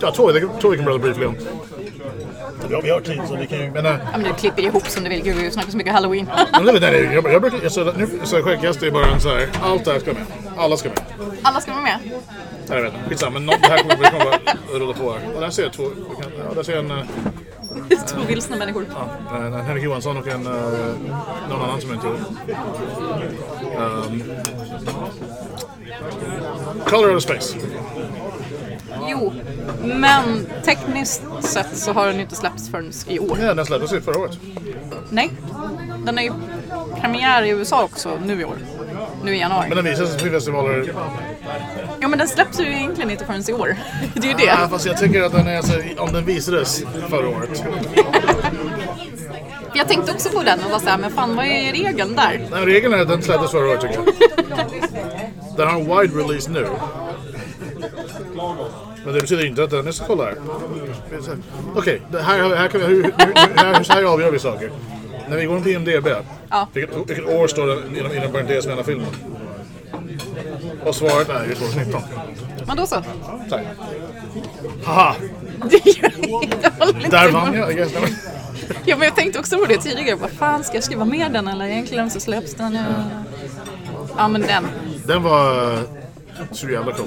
Ja, två, det två vi kan prata briefly om. Ja, vi har tid så vi kan ju... Men, eh, Ja men du klipper ihop som du vill, gud vi snackar så mycket halloween. men det, nej, nej, jag, jag brukar... Så, nu, så skäggigaste är bara en så här... Allt det här ska med. Alla ska med. Alla ska vara med. Nej, jag vet inte. Skitsamma, men något, det här kommer, det kommer bara rulla på här. Och där ser jag två... vi kan- Ja, där ser jag en... eh, Två vilsna människor. Ja, en Henrik Johansson och en... eh, Någon annan som jag inte... Um, Color of Space. Jo, men tekniskt sett så har den ju inte släppts förrän i år. Ja, den släpptes ju förra året. Nej, den är ju premiär i USA också nu i år. Nu Men i januari. den visades på festivaler Jo, men den släpps ju egentligen inte förrän i år. Det är ju Ja, det. fast jag tycker att den är, alltså, om den visades förra året. Jag tänkte också på den och var såhär, men fan vad är regeln där? Nej, regeln är att den släpptes förra året tycker jag. Den har en wide release nu. Men det betyder inte att den... Nu ska jag kolla här. Okej, det här, här, kan vi- hur, hur, hur, här, så här avgör vi saker. När vi går in på IMDB, Ja. vilket, vilket år står det inom, inom parentes mellan filmen? Och svaret är ju 2019. Men då så. Tack. Haha, Det gör inte- jag håller inte där med. vann jag. I guess. Ja, men jag tänkte också på det tidigare. Vad fan, ska jag skriva med den eller egentligen så släpps den nu? Ja, men den. Den var så jävla cool.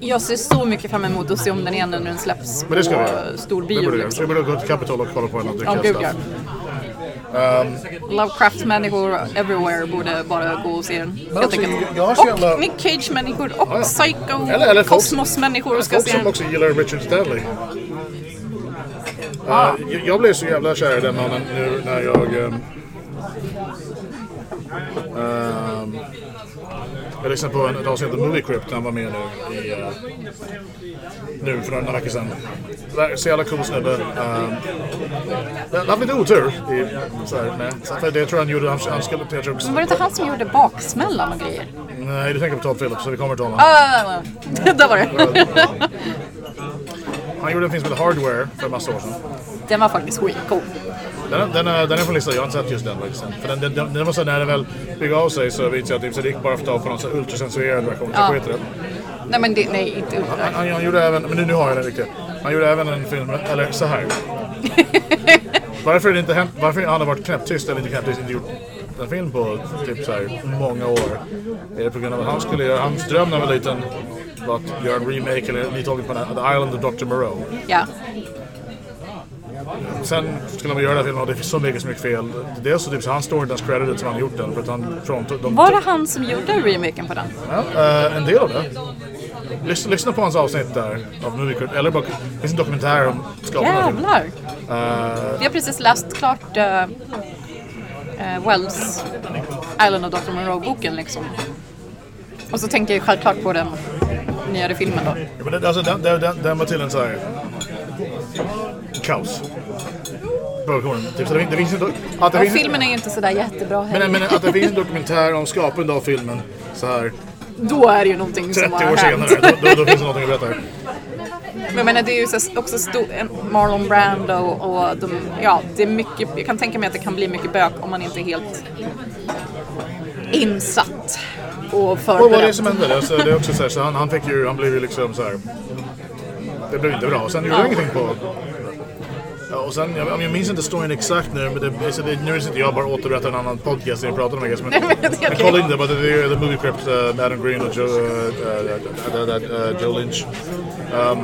Jag ser så mycket fram emot att se om den igen nu när den släpps Men det ska vi på göra. stor Det bio. borde jag. Liksom. Vi borde gå till Capitol och kolla på den. Ja, gud ja. Ehm, Lovecraft-människor everywhere borde bara gå och se den. alltså, Helt enkelt. jag har så jävla- Och Nick Cage-människor och ja. Psycho Eller- eller folk- Cosmos-människor ska Folk se som den. också gillar Richard Stanley. Ah. Eh, jag- jag blev så jävla kär i den mannen nu när jag... ehm, ehm, jag lyssnade på en ett avsnitt av Movie Crypt när han var med nu i... eh, nu för några veckor sedan. Där- Så jävla cool snubbe. Ehm, Han hade lite otur. I, så här, med, så att det tror jag han gjorde. Han, han skulle... Jag tror, Var det inte han som gjorde baksmällan och grejer? nej, du tänker på Todd Phillips så vi kommer till honom. Ah, där var det. Han gjorde en film som heter Hardware för en massa år sedan. den var faktiskt skitcool. Den, den, är- den är från listan, jag har inte sett just den faktiskt. För den, den, den, den var så här, när den väl begav sig så visade jag att typ, så det gick bara att få tag på någon så här ultracensurerad version. Ja. Ja. det. Nej, men det, nej, inte Han, upprörd. han, han gjorde även, men nu, nu har jag den riktigt. Han gjorde även en film, eller så här. varför det inte hänt, varför han har varit knäpptyst eller inte knäpptyst, inte gjort en film på typ så här många år. Är det på grund av att han skulle göra, hans dröm när han var liten var att göra en remake eller en nytolkning på den här, The Island of Dr. Moreau. Ja. Sen skulle man göra den här filmen och det finns så mycket som gick fel. Dels så typ så han står inte ens credited som han gjort den för att han fråntog... De, Var det han som gjorde remaken på den? Ja, eh, en del av det. Lyssna, lyssna på hans avsnitt där av Movie Crit, eller bara, det finns en dokumentär om skapandet av filmen. Jävlar! Eh, Vi har precis läst klart eh, eh, Wells Island of Dr. Monroe-boken liksom. Och så tänker jag självklart på den nyare filmen då. Ja, men den, alltså, den, den, den, den var till en så här... Kaos. Produktionen. Typ, så det, det finns en, do- att det Och finns, filmen är ju inte sådär jättebra heller. men, men att det finns en dokumentär om skapandet av filmen så här Då är det ju någonting som 30 har år hänt. senare, då, då, då finns det någonting att berätta. Men jag menar, det är ju så- också stor, en- Marlon Brando och, och de, ja, det är mycket, jag kan tänka mig att det kan bli mycket bök om man inte är helt insatt och Vad var det förberedd. som hände? Alltså, det är också så här, så han, han fick ju, han blev ju liksom så här. Det blev inte bra. Sen gjorde han ingenting på... Ja, och sen, jag, jag minns inte storyn exakt nu, men det, alltså, det, nu sitter jag bara och återberättar en annan podcast där jag pratar om det. Men, Nej, men det är men okej. kolla in det, but det är The Movie Crypt, uh, Adam Green och Joe, uh, uh, uh, uh, Joe Lynch. Um,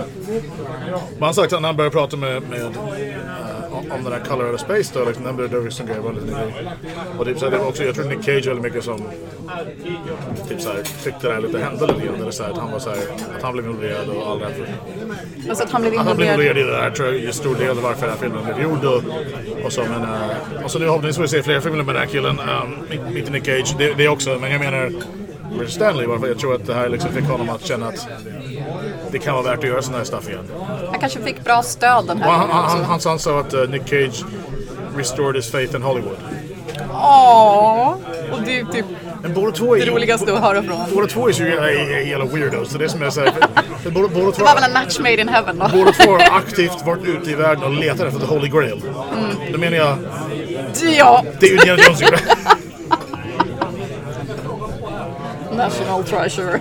men han sa att när han började prata med, med eh, om- om den här Color of Space då, liksom, den började det liksom grejer väldigt mycket. Och typ, så här, det var också, jag tror Nick Cage väldigt mycket som typ så här, tyckte det här lite hände lite grann. Eller så här, att han var så här, att han blev involverad och all det här. Alltså att han blev Att han blev involverad. involverad i det här tror jag är en stor del av varför den här filmen blev gjord. Och, och så, men, eh, och så nu hoppas vi se fler filmer med den här killen. Um, inte Nick Cage, det, det också. Men jag menar Richard Stanley, varför jag tror att det här liksom fick honom att känna att det kan vara värt att göra sån här stuff igen. Han kanske fick bra stöd den Och här han, gången han, också. han, han sa att eh, Nick Cage restored his faith in Hollywood. Åh, och det är ju typ Men båda två är det roligaste att höra från honom. Båda två är ju är- är jävla weirdos. Så det är som jag säger. för- för Båda, båda två Det var väl en match made in heaven då. Båda två har aktivt varit ute i världen och letat efter the holy grail. Mm. Då menar jag, Ja, det är ju Indiana Jones gjorde. national treasure.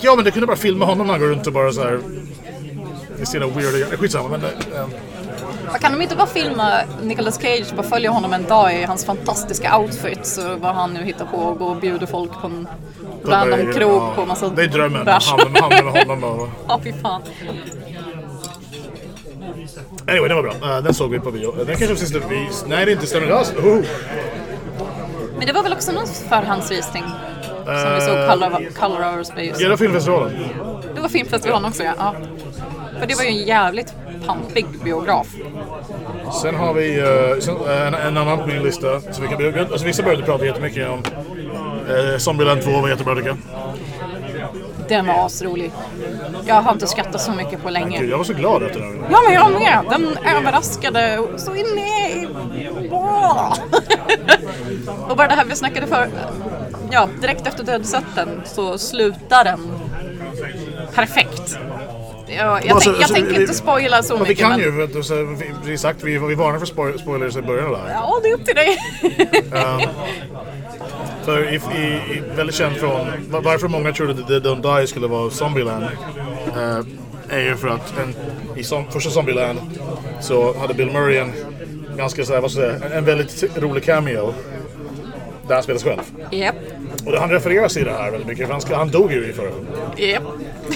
Ja men du kunde bara filma honom när han går runt och bara så här... Det ser några weirda... Skitsamma men... eh, kan de inte bara filma Nicolas Cage och bara följa honom en dag i hans fantastiska outfit så vad han nu hittar på och gå och bjuder folk på en random krog på massa Det är drömmen. bärs. Hamna hamna med honom och... Ja, fy fan. Anyway, den var bra. Eh, Den såg vi på bio. Eh, Den kanske var sista vi... Nej, det är inte Stämmer alls. Oh. Men det var väl också någon förhandsvisning som vi såg, Eh, Color, Color Over Space. Hela filmfestivalen. Det var filmfestivalen också, ja. ja. För det var ju en jävligt pampig biograf. Sen har vi eh, sen, eh, en, en annan på min lista. Så vi kan, vi- alltså, vissa började prata jättemycket om eh, Zombieland 2 var jättebra tycker jag. Den var asrolig. Jag har inte skrattat så mycket på länge. Gud, jag var så glad efter den. Ja, men jag med. Den överraskade och så in i... Bra! och bara det här vi snackade för... Ja, direkt efter dödsätten så slutar den perfekt. Jag, Alltså, jag, tänk, jag alltså, tänker vi- inte spoila så Men vi mycket. kan men- ju, för att, så, vi, vi, sagt, vi, vi varnar för spoil- spoilers i början där. Ja, det är upp till dig. För i, i, i, väldigt känd från var- varför många trodde att The Don't Die skulle vara Zombieland eh, är ju för att en, i som, första Zombieland så hade Bill Murray en ganska så här, vad ska jag säga, en, en väldigt rolig cameo där han spelas själv. Japp, Och han refereras i det här väldigt mycket för han, ska, han dog ju i förra filmen. japp.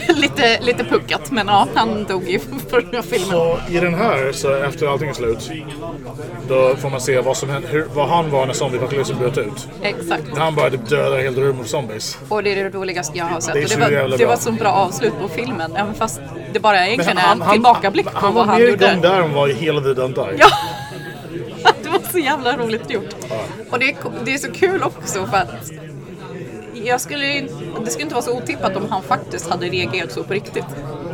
lite, lite puckat, men ja, han dog ju förra filmen. Så i den här, så efter allting är slut, då får man se vad, som, hände- hur, vad han var när zombieapokalypsen bröt ut. Exakt. När han började döda ett helt rum av zombies. Och det är det roligaste jag har sett. Det är Och så det, jävla var, det bra. var så bra avslut på filmen, även fast det bara egentligen Men är en tillbakablick på han vad var han mer gjorde. igång där än vad i hela The Don't Die. Ja! Det var så jävla roligt gjort. Och det är, det är så kul också för att jag skulle, ju- det skulle inte vara så otippat om han faktiskt hade reagerat så på riktigt.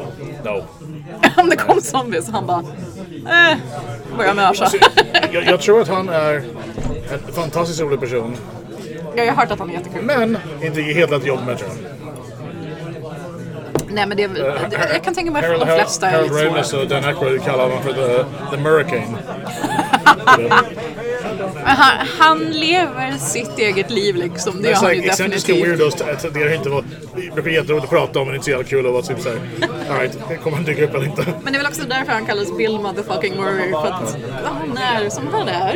No. Om det kom zombies, han bara... Eh, börjar mörsa. Jag, jag tror att han är en fantastiskt rolig person, Jag har hört att han är jättekul. men inte helt lätt jobb med tror jag. Nej men det, är väl- det jag kan tänka mig att Harold, de Harold, flesta är Harold lite svåra. Ramis och Dan Aykroyd kallar honom för The, the Hurricane. Men han, han lever sitt eget liv liksom. Det Det är gör så han här ju excentriska definitivt. weirdos. att Det är inte vad... Det brukar jätteroligt att prata om, men det är inte så jävla kul att vara typ såhär... Alright, kommer han dyka upp eller inte? Men det är väl också därför han kallas Bill motherfucking Murray. För att han är som han är.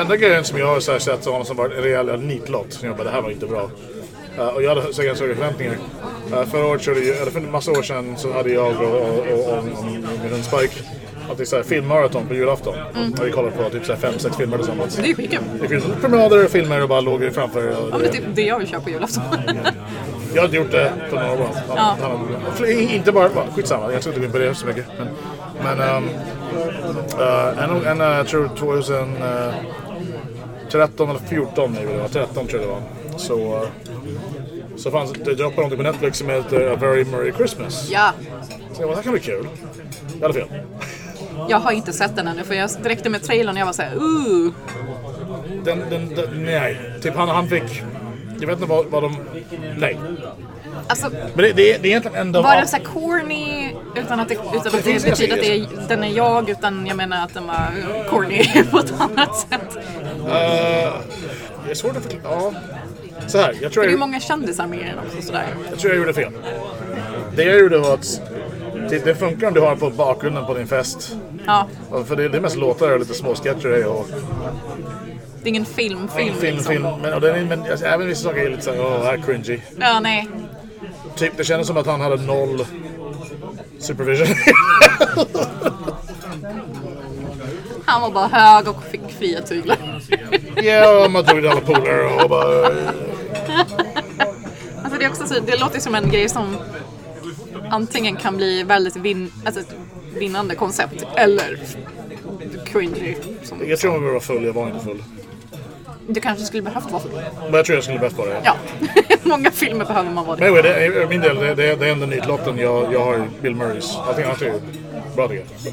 Enda grejen som jag har så här sett av honom som var en rejäl nitlott, som jag bara det här var inte bra. Eh, och jag hade så ganska höga förväntningar. Eh, förra året körde ju, eller för en massa år sedan så hade jag och, och, och, och, och min hund Spike att det är så här filmmaraton på julafton. Mm. Och vi kollade på typ så här fem, sex filmer tillsammans. Det är skitkul. Det finns promenader och filmer och bara låg ju framför. Ja, Och men det det, är typ det jag vill köra på julafton. jag hade gjort det på några år. Ja. Fl- Inte bara, bara, skitsamma, jag ska inte gå in på det så mycket. Men, men ehm, eh, en, en, jag tror 2000... eh, 13 eller 14 nej, det var, 13 tror jag det var. Så, eh, så fanns, det droppade någonting på Netflix som heter A Very Merry Christmas. Ja, Så jag bara, det här kan bli kul. Jag hade fel. jag har inte sett den ännu för jag direkt med trailern jag var såhär ooh. Den, den, den, nej, typ han, han fick... Jag vet inte vad, vad de... Nej. Alltså, Men det, det, är- det är egentligen en av... var den såhär corny utan att det, utan att finns det betyder att det serier. är, den är jag utan jag menar att den var corny på ett annat sätt. Eh, det är svårt att förklara. Ja. Så här, jag tror Det är jag, ju många kändisar med i den också sådär. jag tror jag gjorde fel. Det jag gjorde var att... Det, det funkar om du har den på bakgrunden på din fest. Ja, Ja, För det, det är mest låtar och lite småsketcher det är och det är ingen film, film, film, film. liksom. Men, och den är, men alltså, även vissa saker är lite såhär, åh, det här är cringy. Ja, nej. Typ, det kändes som att han hade noll supervision. Han var bara hög och fick fria tyglar. Ja, man tog alla polare och bara... eh, Alltså det, är också så, det låter som en grej som antingen kan bli väldigt vin, alltså ett vinnande koncept eller cringy. Som, Jag tror man behöver vara full, jag var inte full. du kanske skulle behövt vara Men jag tror jag skulle bäst på det. Ja, många filmer behöver man vara Men det. anyway, det, är- min del, det, det, det är ändå nitlotten jag, jag har Bill Murrays. Allting annat är ju bra tycker jag.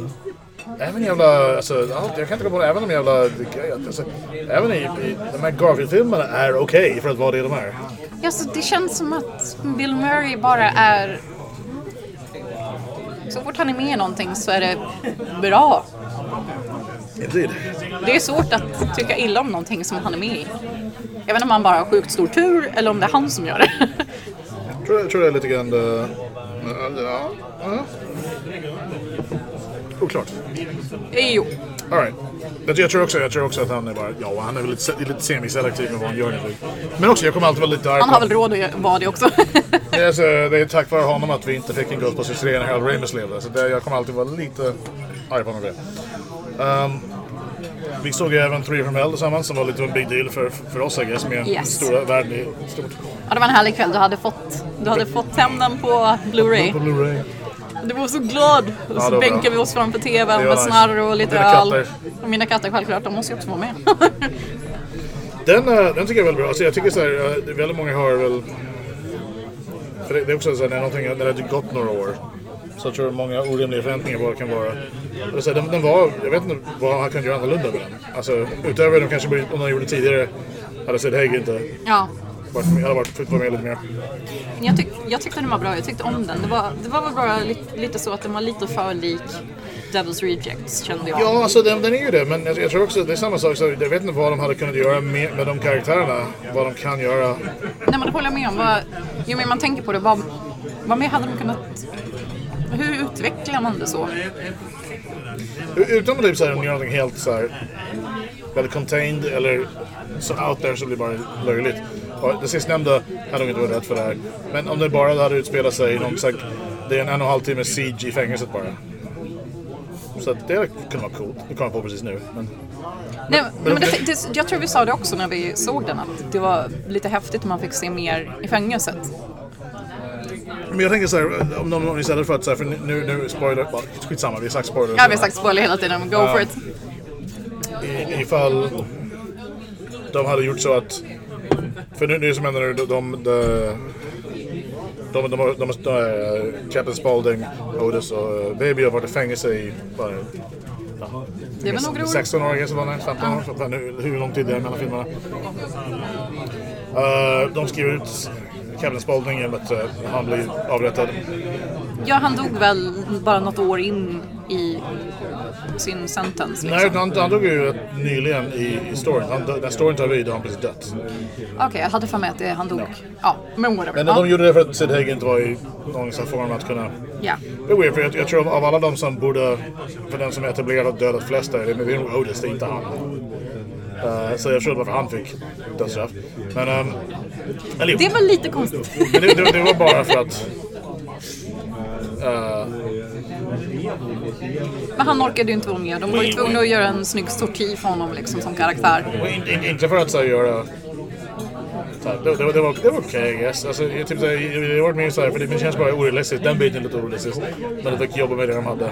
Även jävla, alltså, allt, jag kan inte gå på det, även de jävla, alltså, även i, i de här Garfield-filmerna är okej för att vara det de är. Ja, så det känns som att Bill Murray bara är... Så fort han är med i någonting så är det bra. Indeed. Det är svårt att tycka illa om någonting som han är med i. Jag vet inte om han bara har sjukt stor tur eller om det är han som gör det. Jag tror, jag tror det är lite grann, eh, ja, ja. Oklart. jo, All right. Jag, jag, tror också, jag tror också att han är bara, ja han är väl lite, se- lite semiselektiv med vad han gör nu. Men också, jag kommer alltid vara lite arg han på- har väl råd att vara det också. Det är, så, det är tack vare honom att vi inte fick en Ghostbusters 3 när Harold Ramis levde. Så Alltså, det, jag kommer alltid vara lite arg på honom för det. Ehm, vi såg ju även Three from Hell tillsammans som var lite av en big deal för, för oss I guess, med Yes. stora världen i stort. Ja, det var en härlig kväll. Du hade fått, du hade fått hem den på På Blu-ray. Blu-ray. Du var så glad. Och Ja, det så var bänkade bra. vi oss framför Det tvn var med nice. snarr och lite Dina öl. katter. Och mina katter självklart, de måste ju också vara med. Den, eh, den tycker jag är väldigt bra. Alltså jag tycker så här, eh, det är väldigt många har väl... För det, det är också så här, när, någonting, när det har gått några år så jag tror jag många orimliga förväntningar på vad det kan vara. Och Så här, den, den var, jag vet inte vad han kan göra annorlunda med den. Alltså, utöver de kanske borde- om de gjorde tidigare hade Sid Haig inte ja. varit med, hade varit, fått vara med lite mer. Men Jag, tyck, jag tyckte den var bra. Jag tyckte om den. Det var, det var väl bara lite, lite så att den var lite för lik Devil's Rejects kände jag. Ja, alltså den, den är ju det. Men jag, jag tror också det är samma sak. Så jag vet inte vad de hade kunnat göra med, med de karaktärerna. Vad de kan göra. Nej men det håller jag med om. Vad, ju mer man tänker på det, vad, vad mer hade de kunnat... Hur utvecklar man det så? Utom att typ så här, om de gör någonting helt så här väldigt contained eller så out there så blir det bara löjligt. Och det sistnämnda hade nog inte varit rätt för det här. Men om det bara hade utspelat sig i någon så här, det är en en och en halv timme siege i fängelset bara. Så att det kunde vara coolt. Det kom jag på precis nu. Men Nej, men det, det, jag tror vi sa det också när vi såg den, att det var lite häftigt att man fick se mer i fängelset. Men jag tänker så här, om någon istället för att så här, för nu, nu spoiler, bara, skitsamma, vi har sagt spoiler. Jag har sagt spoiler hela tiden, men go for it. I, ifall de hade gjort så att, för nu, nu som händer nu, de, de, de, de, de, de, de, de eh, Captain Spaulding, Otis och eh, Baby har varit i fängelse i bara, Det var några år. 16 år, kanske var det, 15 år, så fan, hur, hur lång tid det är mellan filmerna. Eh, de skriver ut Captain Spaulding genom att eh, han blir avrättad. Ja, han dog väl bara något år in i sin sentence. Liksom. Nej, han, han dog ju rätt nyligen i, i storyn. Han, dö- när storyn tar vid har han precis dött. Okej, jag hade för mig att det, han dog. Ja, men whatever. Men de Ja. gjorde det för att Sid Haig inte var i någon sån här form att kunna... Ja. Det är weird, för jag, jag tror av alla de som borde... För den som är etablerad och dödat flest är det men det är nog Otis, det är inte han. Eh, så jag tror det var för han fick dödsstraff. Men... ehm, eller jo, Det var lite konstigt. men det, det, det var bara för att... eh, Men han orkade ju inte vara med. De var ju tvungna att göra en snygg sorti för honom liksom, som karaktär. Och in, in, inte för att så här, göra... Så här, det, det, var- det var, det var okej, I guess. Alltså, jag, typ, så här, jag, jag har varit med så här, för det, det känns bara orealistiskt. Den biten är lite orealistisk. Men de fick jobba med det de hade.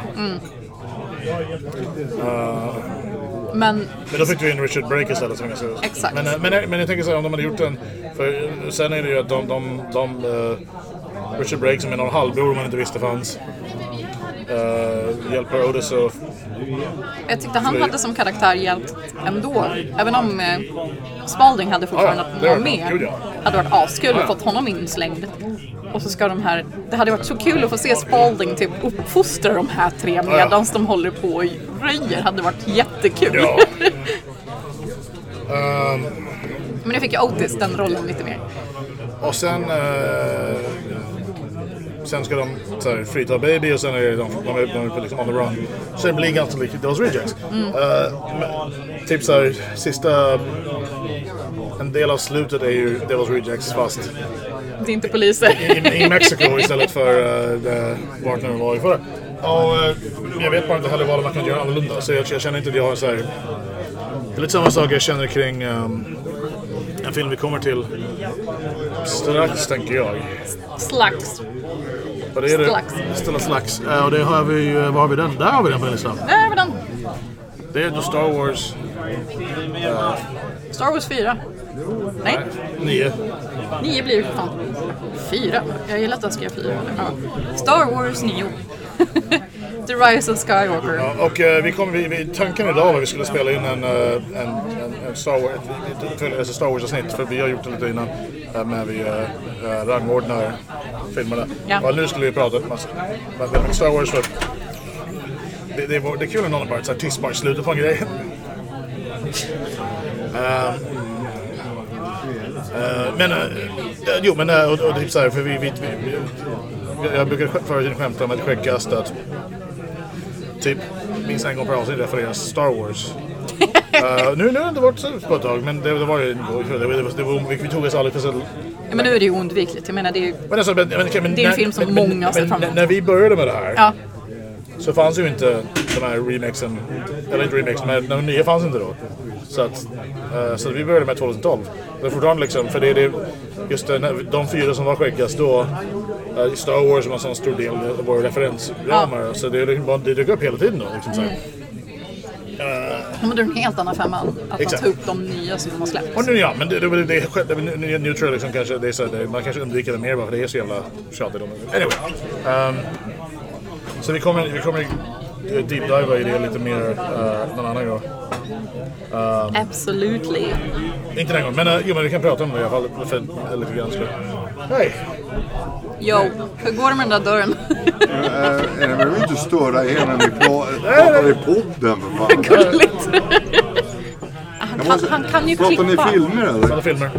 Men Men då fick vi in Richard Brake istället. Som jag säger. Exakt. Men, eh, men, jag- men jag tänker så här, om de hade gjort en... För eh, sen är det ju att de... de, de eh, Richard Brake som är någon halvbror man inte visste fanns. eh, hjälper Otis och... jag tyckte han hade som karaktär hjälpt ändå. Även om eh, Spalding hade fortfarande Ja, ja, att Ah, det vara hade varit kul, med. ja. Hade varit askul Ja, ja. att fått honom inslängd. Och så ska de här... Det hade varit så kul att få se Spalding typ uppfostra de här tre ja. medan de håller på och röjer. Hade varit jättekul. Ja. Ehm, Men nu fick jag Otis den rollen lite mer. och sen... eh, sen ska de så här, frita Baby och sen är de, de, är, de är på liksom on the run. Så det blir ganska likt Those Rejects. Eh, men typ så här, sista... En del av slutet är ju Devil's Rejects fast Det är inte poliser. i, i Mexiko istället för uh, vart nu var i förra. Och, eh, jag vet bara inte heller vad man kan göra annorlunda. Så jag, jag känner inte att jag har så här... Det är lite samma sak jag känner kring ehm, en film vi kommer till strax, tänker jag. Slags. Och det är Strax. Det, Stilla slags. Eh, och det har vi ju... Var har vi den? Där har vi den på listan. Nej, men den. Det är då Star Wars Star Wars 4. Nej, 9. 9 blir det för fan. 4. Jag gillar att jag skrev 4. Ja. Star Wars 9. The Rise of Skywalker. Ja, och eh, vi kom, vi, vi, tanken idag var att vi skulle spela in en, eh, en, en, en Star Wars- ett- ett uppföljare- alltså Star Wars-avsnitt, för vi har gjort det lite innan, eh, när vi eh, eh, rangordnar filmerna. Ja. Och nu skulle vi prata en massa. Men, men Star Wars var... Det, det, var, det är kul när någon bara så här tissbar i slutet på en grej. Ehm, eh, men, eh, jo men, eh, och, och typ så här, för vi, vi, vi, vi jag brukar skä- förr i tiden skämta om ett skäggkast att typ minst en gång per avsnitt refereras Star Wars. Eh, nu, nu har det inte varit så på ett tag, men det, det var ju en god det, var- det, var- det var, vi, vi tog oss aldrig speciellt... Ja, men nu är det ju oundvikligt. Jag menar, det är ju... Men alltså, men, men, men, Det är en film som men, men- många har sett men- fram emot. När vi började med det här Ja, så fanns ju inte de här remixen, eller inte remixen, men de nya fanns inte då. Så, att, eh, så vi började med 2012. Men fortfarande liksom, för det är det, just det, när vi- de fyra som var skäggigast då, eh, Star Wars var en sån stor del av våra referensramar, så det, är liksom bara- det dök upp hela tiden då. Liksom, så här. Mm. men det är en helt annan femma. Att man Exakt. tar upp de nya som de har släppt. Och nu ja, men det, det, det, det, det, det, nu- nu tror jag liksom kanske det är så här, det, man kanske undviker det mer bara för det är så jävla tjatigt. om det. Anyway. Ehm, så vi kommer, vi kommer deep diva i det lite mer eh, någon annan gång. Absolutely. Inte den här gången, men eh, jo men vi kan prata om det i alla fall för för lite grann skull. Hej! Yo, hur går det med den där dörren? Eh, Jag behöver inte störa er när ni pra- Nej, pratar i podden för fan. Gulligt. Han kan, han kan ju Pratar ni klippa. filmer eller? Alla filmer.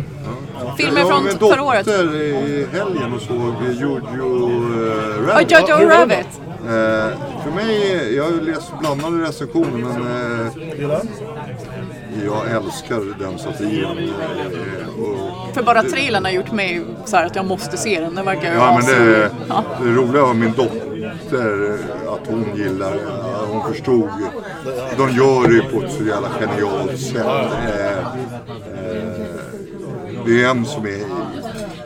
Filmer jag var från med förra året. dotter i helgen och såg Jojo eh, Ja, Rabbit. hur Jojo var det? Rabbit. Eh, för mig, jag har ju läst blandade recensioner men eh, Gillar? jag älskar den satiren. Eh, och- För bara trailern har gjort mig så här att jag måste se den. Den verkar ju Ja, men det, awesome. Ja. det roliga var min dotter, att hon gillar, att hon förstod. De gör det ju på ett så jävla genialt sätt. Eh, eh, Det är en som är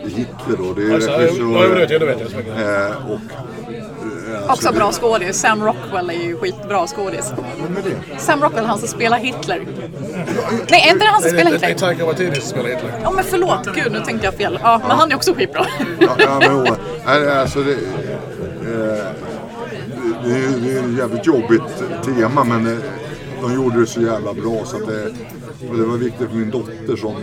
Hitler då, det är Alltså, jag, jag, jag vet, jag vet, jag vet. eh, och... eh, Också alltså, bra skådis. Sam Rockwell är ju skitbra skådis. det- Vem är det? Sam Rockwell, han som spelar Hitler. Nej, är inte det han som Det spelar är- det är Hitler? Taika Waititi som spelar Hitler. Ja, men förlåt. Gud, nu tänkte jag fel. Ja, men han är också skitbra. Ja, ja, men, hon- nej, alltså, det, eh, det, är- det är ett jävligt jobbigt tema men eh, de gjorde det så jävla bra så att det, och det var viktigt för min dotter som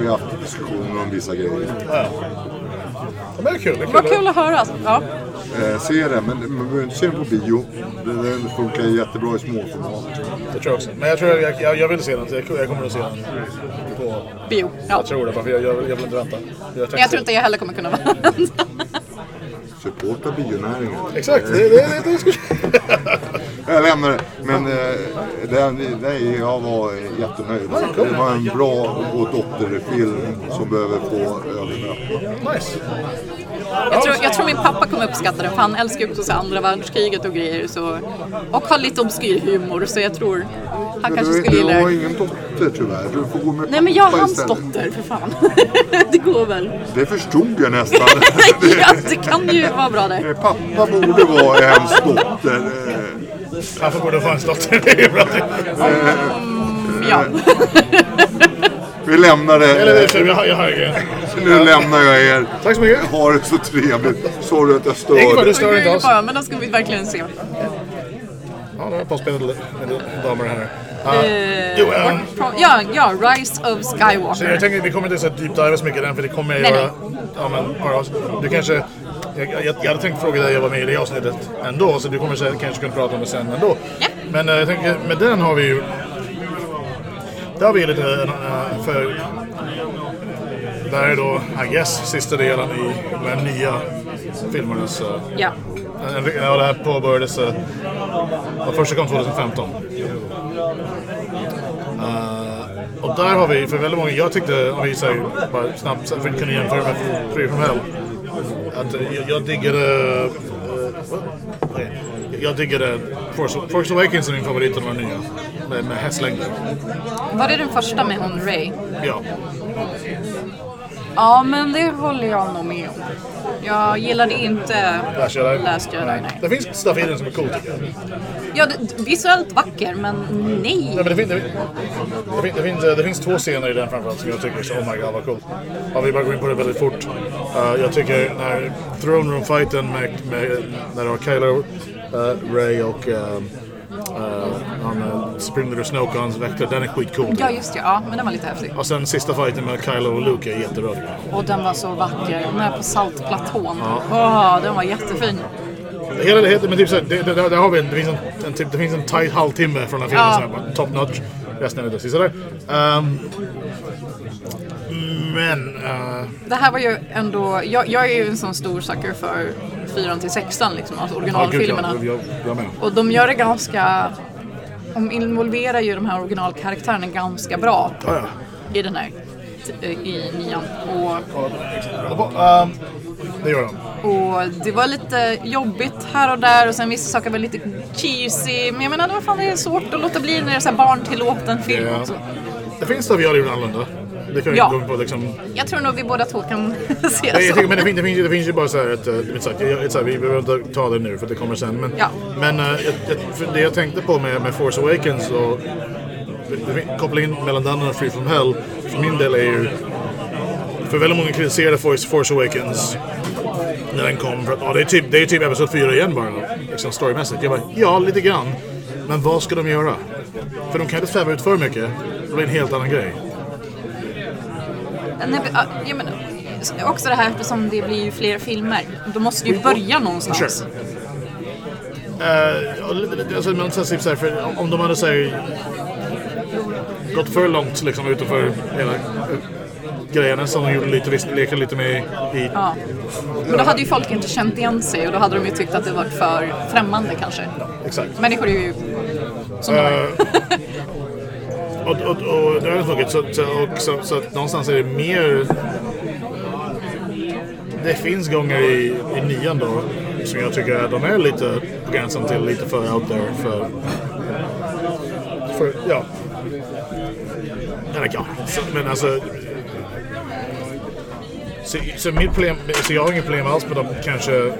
vi har haft diskussioner om vissa grejer. Men det är kul. Det är kul. Vad kul att höra. alltså. Ja. Eh, se den, men man behöver inte se den på bio. Den- Den funkar jättebra i småformat. Det tror jag också. Men jag tror jag, jag, jag vill se den. så Jag, jag kommer att se den. På, Bio. Ja. jag tror det, bara för jag, jag, vill- jag vill inte vänta. Jag, Men jag tror inte jag heller kommer kunna vara Supporta bionäringen. Exakt, det, det, det, det skulle... Jag lämnar det. Men eh, den, nej, jag var jättenöjd. Det var en bra och dotterfilm som behöver få ögonen Nice. jag tror, jag tror min pappa kommer uppskatta den, för han älskar ju också så här andra världskriget och grejer. Så... Och har lite obskyr humor, så jag tror han kanske Du, skulle du gilla har det. ingen dotter tyvärr. Du får gå med Nej, men jag är pappa hans istället. dotter, för fan. Det går väl. Det förstod jag nästan. Ja, det kan ju vara bra det. Eh, pappa borde vara ens dotter. eh. Han får gå och få en dotter. Det är bra. Ja. Vi lämnar det. Eller det, för jag har, jag har ingen. Nu lämnar jag er. Tack så mycket. Ha det så trevligt. Sorry att jag Ingen fara, störde. du stör inte Gud, alls. bara, Men då ska vi verkligen se. Ja, nu har jag påspelade damer här. Uh, jo, ehm, Ja, ja, Rise of så Alltså, jag Skywalker. tänker vi kommer inte så deep dive så mycket i den för det kommer jag Nej, göra. Ja, men, bara, du kanske, jag, jag, jag hade tänkt fråga dig, jag var med i det avsnittet ändå så du kommer säkert- kanske kunna prata om det sen ändå. Ja. Men eh, jag tänker, med den har vi ju... Där har vi lite eh, för... Där är då, I guess, sista delen i de här nya filmernas... eh, Ja. Ja, det här påbörjades... eh, ja, Första kom 2015. Eh, och där har vi, för väldigt många, jag tyckte, om vi säger bara snabbt, så att vi kunde jämföra med Free From Hell. Att eh, jag, jag diggade... eh, vad- vad är det? jag diggade Force, Force Awakens är min favorit av de här nya. Med, med hästlängder. Var det den första med hon Ray? Ja. Ja, men det håller jag nog med om. Jag gillade inte Last Jedi. Last Jedi, nej. Det finns stuff i den som är coolt tycker jag. Ja, det, visuellt vacker, men nej. Nej, men det, fin- det, fin- det, fin- det, finns, eh, det finns två scener i den framförallt som jag tycker är så oh my god vad coolt. Ja, vi bara går in på det väldigt fort. Eh, jag tycker när Throne Room fighten med, med, när det var Kylo, uh, Ray och uh, uh, han uh, Sprinter och Snoke och hans väktare, den är skitcool. Ja, just det. Ja, men den var lite häftig. Och sen sista fighten med Kylo och Luke är jätteröd. Och den var så vacker. Den här på saltplatån. Åh, den var jättefin. Hela det heter, men typ så här, det, det, där, där har vi en, det finns en, en, typ, det finns en tight halvtimme från den här filmen Ja. som är bara top notch. Resten är det sista där. Ehm, men... eh, Det här var ju ändå... Jag, jag är ju en sån stor sucker för 4 till 16, liksom, alltså originalfilmerna. Ja, gud, ja. Jag, jag, jag med. Och de gör det ganska... De involverar ju de här originalkaraktärerna ganska bra Ja, i den här, i nian. Och ja. Ehm, det gör de. Och det var lite jobbigt här och där och sen vissa saker var lite cheesy. Men jag menar, vad fan, det är svårt att låta bli när det är så här barntillåten film Ja. också. Det finns stuff jag gjorde annorlunda. Det kan jag Ja. inte gå in på liksom. Jag tror nog vi båda två kan se Nej, jag så. tycker, men det, finns, det, finns, det finns ju bara så här ett, eh, ett, sagt, jag- ett, så här, vi behöver inte ta det nu för det kommer sen. Men, Ja. men eh, ett, ett, för det jag tänkte på med, med Force Awakens och det fin- kopplingen mellan den och Free From Hell för min del är ju för väldigt många kritiserade Force, Force Awakens när den kom. För att, ja, det är typ, det är typ Episod 4 igen bara, liksom storymässigt. Jag bara, ja, lite grann. Men vad ska de göra? För de kan inte sväva ut för mycket. Det blir en helt annan grej. Nej, men, ja, jag menar, också det här eftersom det blir ju fler filmer. Då måste ju börja någonstans. Sure. Eh, ja, lite- lite- alltså, men sen typ så här, för om- om de hade så här, gått för långt liksom, utanför hela eh, grejerna som de gjorde lite, visst, leker lite med i... i Ja. Men då hade ju folk inte känt igen sig och då hade de ju tyckt att det var för främmande kanske. Exakt. Människor är ju... Och, och, och det har jag tagit, så, så, och, så, så att någonstans är det mer... Det finns gånger i, i nian då som jag tycker att de är lite på gränsen till lite för out there för... för ja. Eller ja, så, men alltså... Så, så, mitt problem, så jag har inget problem alls med dem kanske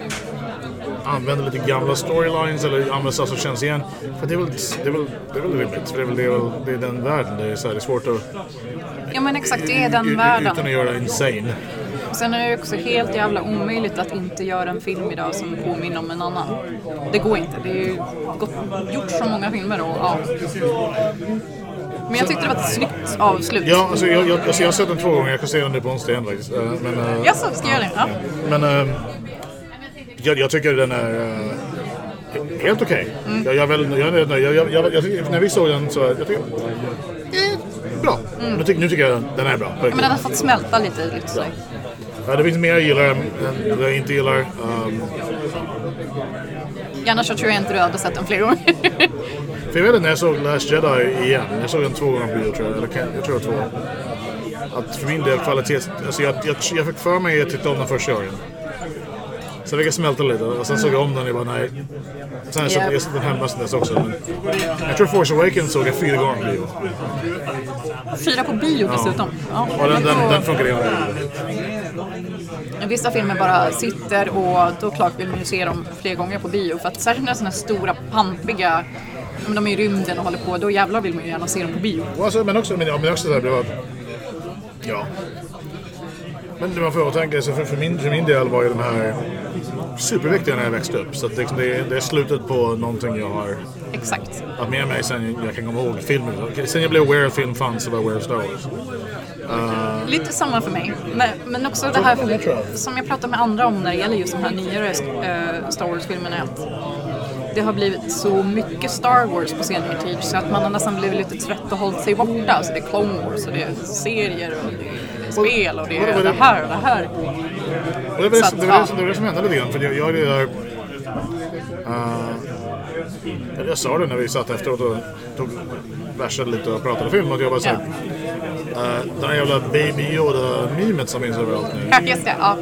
använder lite gamla storylines eller använder saker som känns igen. För det är väl, det är väl, det är väl rimligt, för det är väl, det är väl det är den världen. Det är, så här, det är svårt att... Ja men exakt, det är u- den u- världen. Utan att göra insane. Sen är det ju också helt jävla omöjligt att inte göra en film idag som påminner om en annan. Det går inte. Det är ju gott, gjort så många filmer och ja. Men jag tyckte det var ett snyggt avslut. Ja, alltså jag, jag, alltså, jag har sett den två gånger. Jag kan se den nu på onsdag igen faktiskt. Eh, Men, eh, Jaså, ska jag göra det? Ja. men eh, jag, jag tycker den är eh, helt okej. Mm. Jag, jag, är väldigt- jag, är nöjd. jag, jag, jag, jag, tycker- när vi såg den så... Jag tycker, eh, bra. Nu, tycker, nu tycker jag den- den är bra. Mm. Men den har fått smälta lite. lite så. Ja, det finns mer jag gillar än jag inte gillar. Ehm, Annars så tror jag inte du hade sett den fler gånger. För jag vet inte när jag såg Last Jedi igen. Jag såg den två gånger på bio tror jag. Eller kan- jag tror det var två. Att för min del kvalitets... Alltså jag, jag, jag fick för mig att jag tyckte om den första gången. Sen fick jag smälta lite och sen såg jag om den och jag bara nej. Sen har jag sett- Ja. jag sett den hemma sen dess också. Men jag tror Force Awakens såg jag fyra gånger på bio. Fyra på bio dessutom. Ja. Och den, den, Men den då- funkade jag med. Vissa filmer bara sitter och då klart vill man ju se dem fler gånger på bio. För att särskilt när det är sådana här stora, pampiga, ja, men de är i rymden och håller på, då jävlar vill man ju gärna se dem på bio. Och Alltså, men också, men, ja, men också det här blev att... Ja. Men det man får tänka sig, för, för, min, för min del var ju de här superviktiga när jag växte upp. Så att liksom det, är- det är slutet på någonting jag har Exakt. haft med mig sen jag kan komma ihåg filmen. Okej, Sen jag blev aware att film fanns så var jag aware of Star Wars. Lite samma för mig. Men, men också det här Jag tror jag. som jag pratar med andra om när det gäller just de här nyare eh, Star Wars-filmerna. är Att det har blivit så mycket Star Wars på senare tid så att man har nästan blivit lite trött och hållit sig borta. Alltså det är Clone Wars och det är serier och det är spel och det är det här och det här. Och det var det, Så att, som- det, var det, ja. som- det var det som hände lite grann. För jag, jag, jag, jag, Eh, jag sa det när vi satt efteråt och tog bärsade lite och pratade film. Att jag bara såhär, eh, den här jävla Baby Yoda-memet som finns överallt nu. Ja, just det. Ja.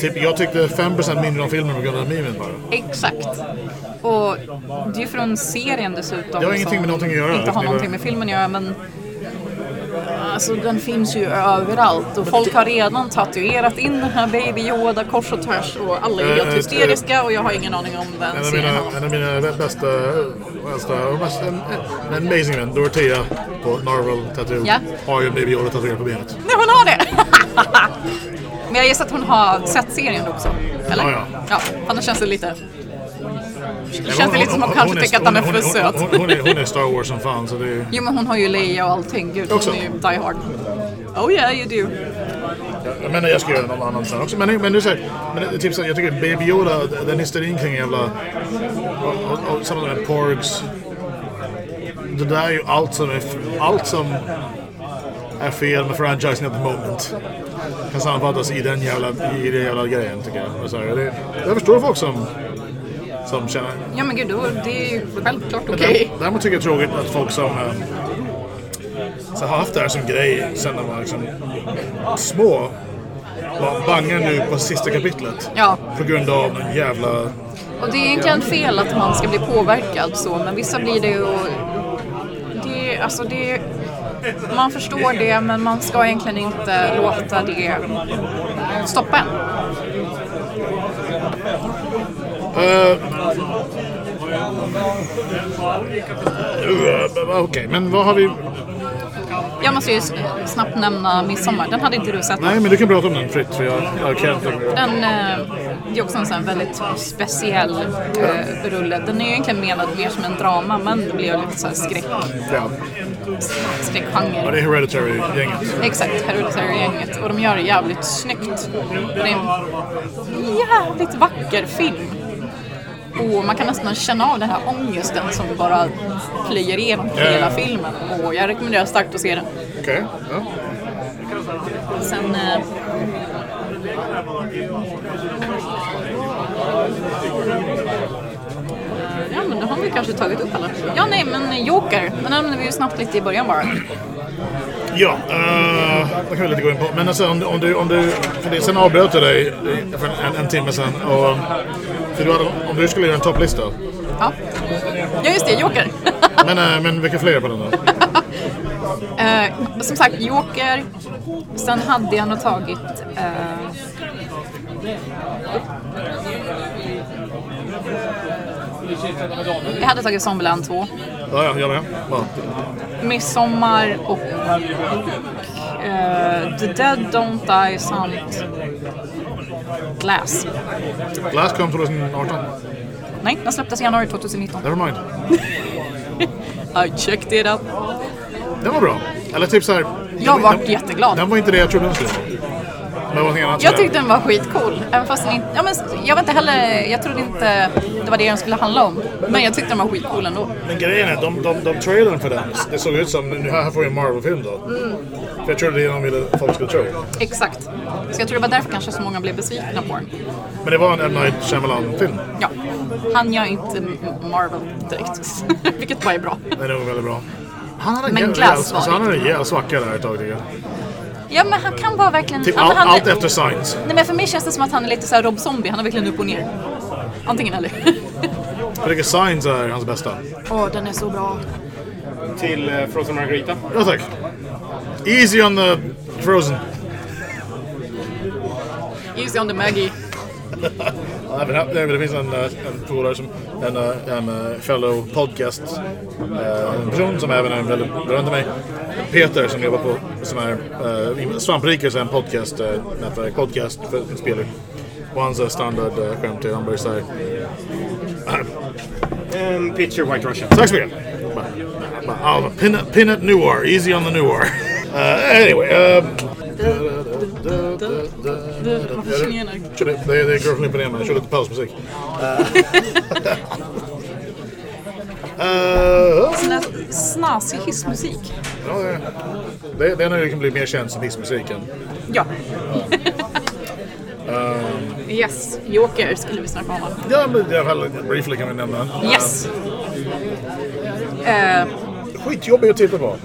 Typ, jag tyckte 5% mindre om filmen på grund av memen bara. Exakt. Och det är ju från serien dessutom. Det har som ingenting med någonting att göra. Inte har Det är någonting bara- med filmen att göra men Alltså den finns ju överallt och folk har redan tatuerat in den här Baby Yoda kors och tvärs och alla är Eh, helt eh, hysteriska och jag har ingen aning om En den av serien. mina, en av mina bästa, bästa, och mest, en, en amazing vän, Dorothea på Marvel Tattoo, Ja. har ju en Baby Yoda tatuerad på benet. Nej hon har det! men jag gissar att hon har sett serien också. Eller? Ja, ja. annars känns det lite... Det Men känns det lite som att hon kanske tycker att den är för hon- söt. Hon, hon, hon, är, hon är Star Wars som fan så det är... Jo men hon har ju Leia och allting. Gud, Också. hon är ju die hard. Oh yeah you do. Jag menar jag ska göra någon annan sen också. Men, men du säger, men det är typ så, här, jag tycker Baby Yoda, den hysterin kring jävla... Och, och, och samma med Porgs. Det där är ju allt som är, allt som är fel med franchisen at the moment. Kan sammanfattas i den jävla, i den jävla grejen tycker jag. Och Så här, det, jag förstår folk som, som känner... Ja men gud, då, det är ju självklart okej. Däremot- Däremot tycker jag det är tråkigt att folk som eh, så har haft det här som grej sen de var liksom små bara bangar nu på sista kapitlet. Ja. På grund av någon jävla... Och det är egentligen fel att man ska bli påverkad så, men vissa blir det och... Det, är- alltså det, är- man förstår det, men man ska egentligen inte låta det stoppa en. Uh, Okej, men vad har vi... Jag måste ju s- snabbt nämna Midsommar. Den hade inte du sett. Nej, men du kan prata om den fritt för jag, jag kan inte... Den, eh, det är också en sån här väldigt speciell eh, rulle. Den är ju egentligen menad mer som en drama, men det blir ju lite så här skräck, Ja. ja, skräckgenre. det är Hereditary-gänget. Exakt, Hereditary-gänget. Och de gör det jävligt snyggt. Det är en jävligt vacker film. Och man kan nästan känna av den här ångesten som bara plöjer igenom hela filmen. Och jag rekommenderar starkt att se den. Okej. Ja. Sen... Eh... Ja, men då har vi kanske tagit upp alla. Ja, nej, men Joker, den nämnde vi ju snabbt lite i början bara. Ja, eh, det kan vi lite gå in på. Men alltså, om, om, du, om du... För det, sen avbröt jag dig för en, en timme sen. Och, för du hade, om du skulle göra en topplista. Ja, ja just det, Joker. Men, eh, men vilka fler på den då? Eh, som sagt, Joker. Sen hade jag nog tagit... Eh, jag hade tagit Zombieland 2, Ja, ja, jag med. Ja. Midsommar och eh, The Dead Don't Die samt Glass. Last kom 2018. Nej, den släpptes i januari 2019. Never mind. I checked it up. Den var bra. Eller typ såhär... Jag vart jätteglad. Den var inte det jag trodde den skulle vara. Men någonting annat. Jag sådär. tyckte den var skitcool. Även fast den inte, ja, men jag var inte heller, jag trodde inte det var det den skulle handla om. Men jag tyckte den var skitcool ändå. Men grejen är, de, de, de trailern för den, det såg ut som... Nu här får vi en Marvel-film då. För jag trodde det de ville att folk skulle tro. Exakt. Så jag tror det var därför kanske så många blev besvikna på den. Men det var en M. Night Shyamalan-film. Ja. Han gör inte M- Marvel direkt. Vilket bara är bra. Den är nog väldigt bra. Han hade en Men jävla- Glass var alltså, han hade en jävla svacka där ett tag tycker jag. Ja, men han kan vara verkligen... Typ ja, men allt, han, allt efter Science. Nej, men för mig känns det som att han är lite så här Rob Zombie. Han är verkligen upp och ner. Antingen eller. Jag tycker Science är hans bästa. Åh, den är så bra. Till eh, Frozen Margarita. Ja, tack. Easy on the Frozen. Easy on the Maggie. Ja, men, nej, men det finns en, eh, en polare som, en, eh, en eh, fellow podcast eh, en person som även är väldigt berömd till mig. Peter som jobbar på, som är eh, Svampriket, så är en podcast, eh, nätverk, podcast för spelare. Och hans eh, standardskämt är han bara såhär. Um, picture White Russian. Tack så mycket. Bara, bara, ah, Pin pin it noir, easy on the noir. Eh, anyway. eh, Varför känner jag igen körde, det, är- det är Girlfriend Ipanema, jag kör lite pausmusik. Eh, Sån där snasig hissmusik. Ja, det- det, den har ju liksom blivit mer känd som hissmusiken. Ja. Yes, Joker skulle vi snacka om. Ja, men i alla fall briefly kan vi nämna den. Yes! Eh, Skitjobbig typ att titta på.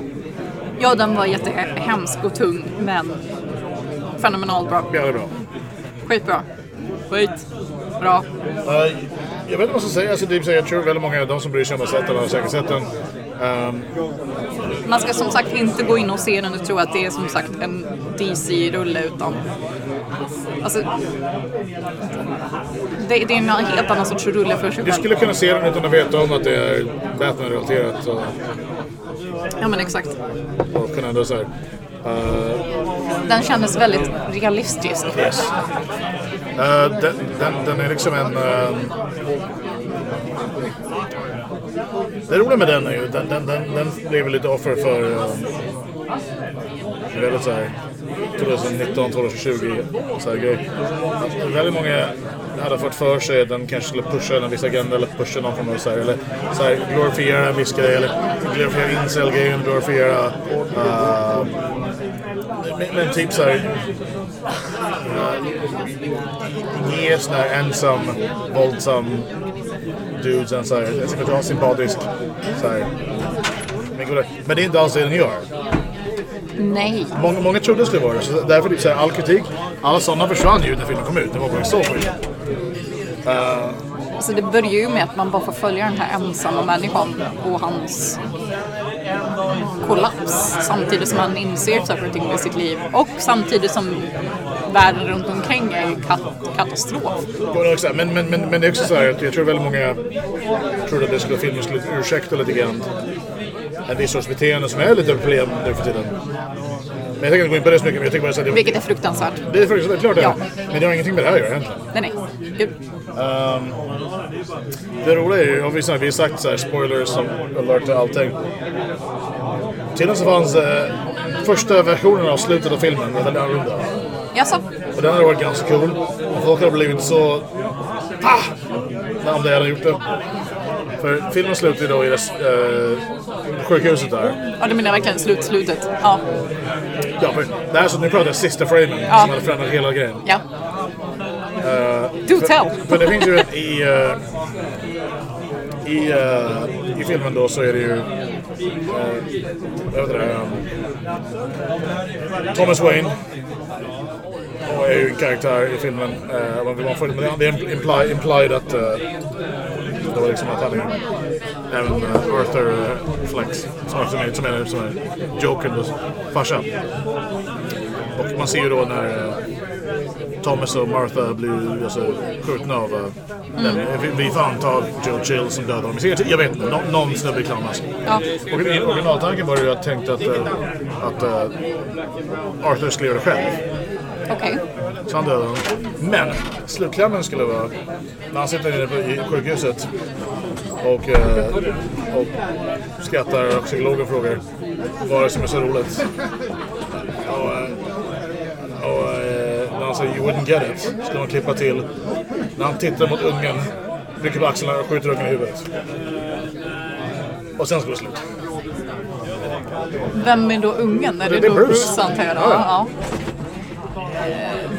ja, den var jättehemsk och tung, men fenomenal bra. Ja, det är bra. Skitbra. Skit. Bra. Eh, jag vet inte vad som säger. Alltså, det är, så här, jag tror väldigt många av de som bryr sig om att sett den har säkert sett den. Ehm, Man ska som sagt inte gå in och se den och tro att det är som sagt en DC-rulle utan... Alltså... Det, det är en helt annan sorts rulle för sig du själv. skulle kunna se den utan att veta om att det är Batman-relaterat. Och, Ja men exakt. och kunna ändå så här... eh, Den kändes väldigt realistisk. Yes. Eh, den, den, den är liksom en... eh, det roliga med den är ju den, den, den, den blev lite offer för eh, väldigt så här 2019, 2020 så här grej. Att Väldigt många hade fått för sig att den kanske skulle pusha en viss agenda eller pusha någon form av så här, eller så här, glorifiera en viss grej eller glorifiera incel-grejen, glorifiera... eh, men, men typ så här, ge sån här ensam, våldsam dudes en sån här, en som är sympatisk så här. Men gud, Men det är inte alls det den gör. Nej. Många, många trodde det skulle vara det, så därför typ så här, all kritik, alla sådana försvann ju när filmen kom ut. Det var bara så skit. Alltså det börjar ju med att man bara får följa den här ensamma människan och hans kollaps samtidigt som han inser saker och ting med sitt liv och samtidigt som världen runt omkring är ju kat- katastrof. Både och så här, Men, men, men, men det är också så här att jag tror väldigt många trodde att det skulle, filmen skulle ursäkta lite grann en viss sorts beteende som är lite problem nu för tiden. Men jag tänker inte gå in på det så mycket, men jag tänker bara säga det, Vilket är fruktansvärt. det är faktiskt det är klart det är. Ja. Men det har ingenting med det här att göra egentligen. Nej, nej. Gud. Ehm, det roliga är ju, och vi har vi har sagt så här, spoilers som alert till allting. Tydligen så fanns eh, första versionen av slutet av filmen, var väldigt annorlunda. Jaså? Och den hade varit ganska cool. Och folk hade blivit så... Pah! Om det hade gjort det. För filmen slutar ju då i det, eh, sjukhuset där. Ja, du menar verkligen slutslutet? Ja. Ja, för det här så nu pratar jag sista framen som hade förändrat hela grejen. Ja. Do tell! Eh, För det finns ju ett i... eh, i, eh, I filmen då så är det ju... eh, vad heter det? eh, Thomas Wayne. Och är ju en karaktär i filmen. eh, vad vill man få det? Men det är imply, implied att... eh, det var liksom att han är... Även eh, Arthur eh, Flex. Som också är, som är, som är Jokerns farsa. Och man ser ju då när... eh, Thomas och Martha blir alltså, skjutna av... eh, den- Vi, vi får anta Joe Chill som dödar dem i serien. Jag vet inte, nå- någon snubbe i clownas. Ja. Och i- Originaltanken var ju att jag tänkte att, eh, att eh, Arthur skulle göra det själv. Okej. Så han dödade honom. Men slutklämmen skulle vara när han sitter inne på, i sjukhuset och, eh, och skrattar och psykologen frågar vad är det som är så roligt. Och, eh, och eh, när han säger you wouldn't get it skulle man klippa till när han tittar mot ungen, rycker på axlarna och skjuter ungen i huvudet. Och sen skulle det sluta. Vem är då ungen? Är det, Det är då Bruce. Bruce, antar jag? Då? Ja, Ja, ja. Eh,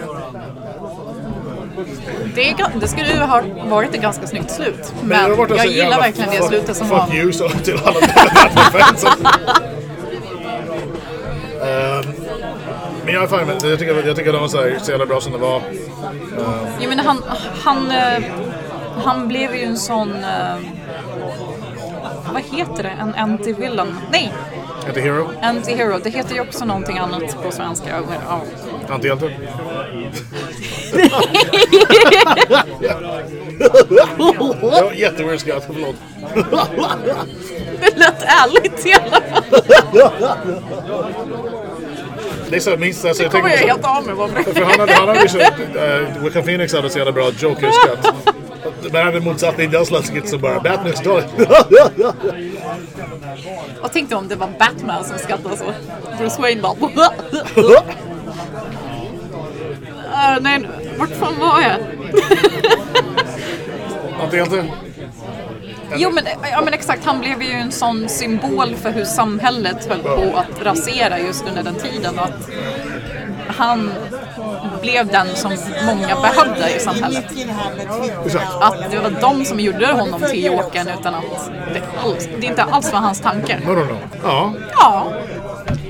Det, är, ga- det skulle ju ha varit ett ganska snyggt slut. Men, det har varit jag alltså gillar jävla verkligen det fuck- slutet som fuck var. Fuck you sa jag till alla Batman-fansen. Ehm, Men jag är fine med det. Jag tycker, jag tycker de var så, här, så jävla bra som det var. Jag menar, han, han, eh, han blev ju en sån... eh, Vad heter det? En anti-villain? Nej, Inte Hero, anti-hero. Det heter ju också någonting annat på svenska. Ja. antihjälte. Det var jätteweird skratt, förlåt. Det lät ärligt i alla fall. Det är så här, minst, alltså, jag kommer tänker jag på så- helt av mig bara för För det. han hade, han hade ju så, eh, Joaquin Phoenix hade så jävla bra Joker-skratt. Men han hade motsatt Indians läskigt så bara Batman's dålig. Jag tänkte om det var Batman som skrattade så. Bruce Wayne bara... Eh, nej, vart fan var jag? Antihjälte. Jo men, ja, men exakt, han blev ju en sån symbol för hur samhället höll på att rasera just under den tiden. Och att han blev den som många behövde i samhället. Att det var de som gjorde honom till Jokern utan att det, alls, det inte alls var hans tankar. I don't know. Ja, Ja,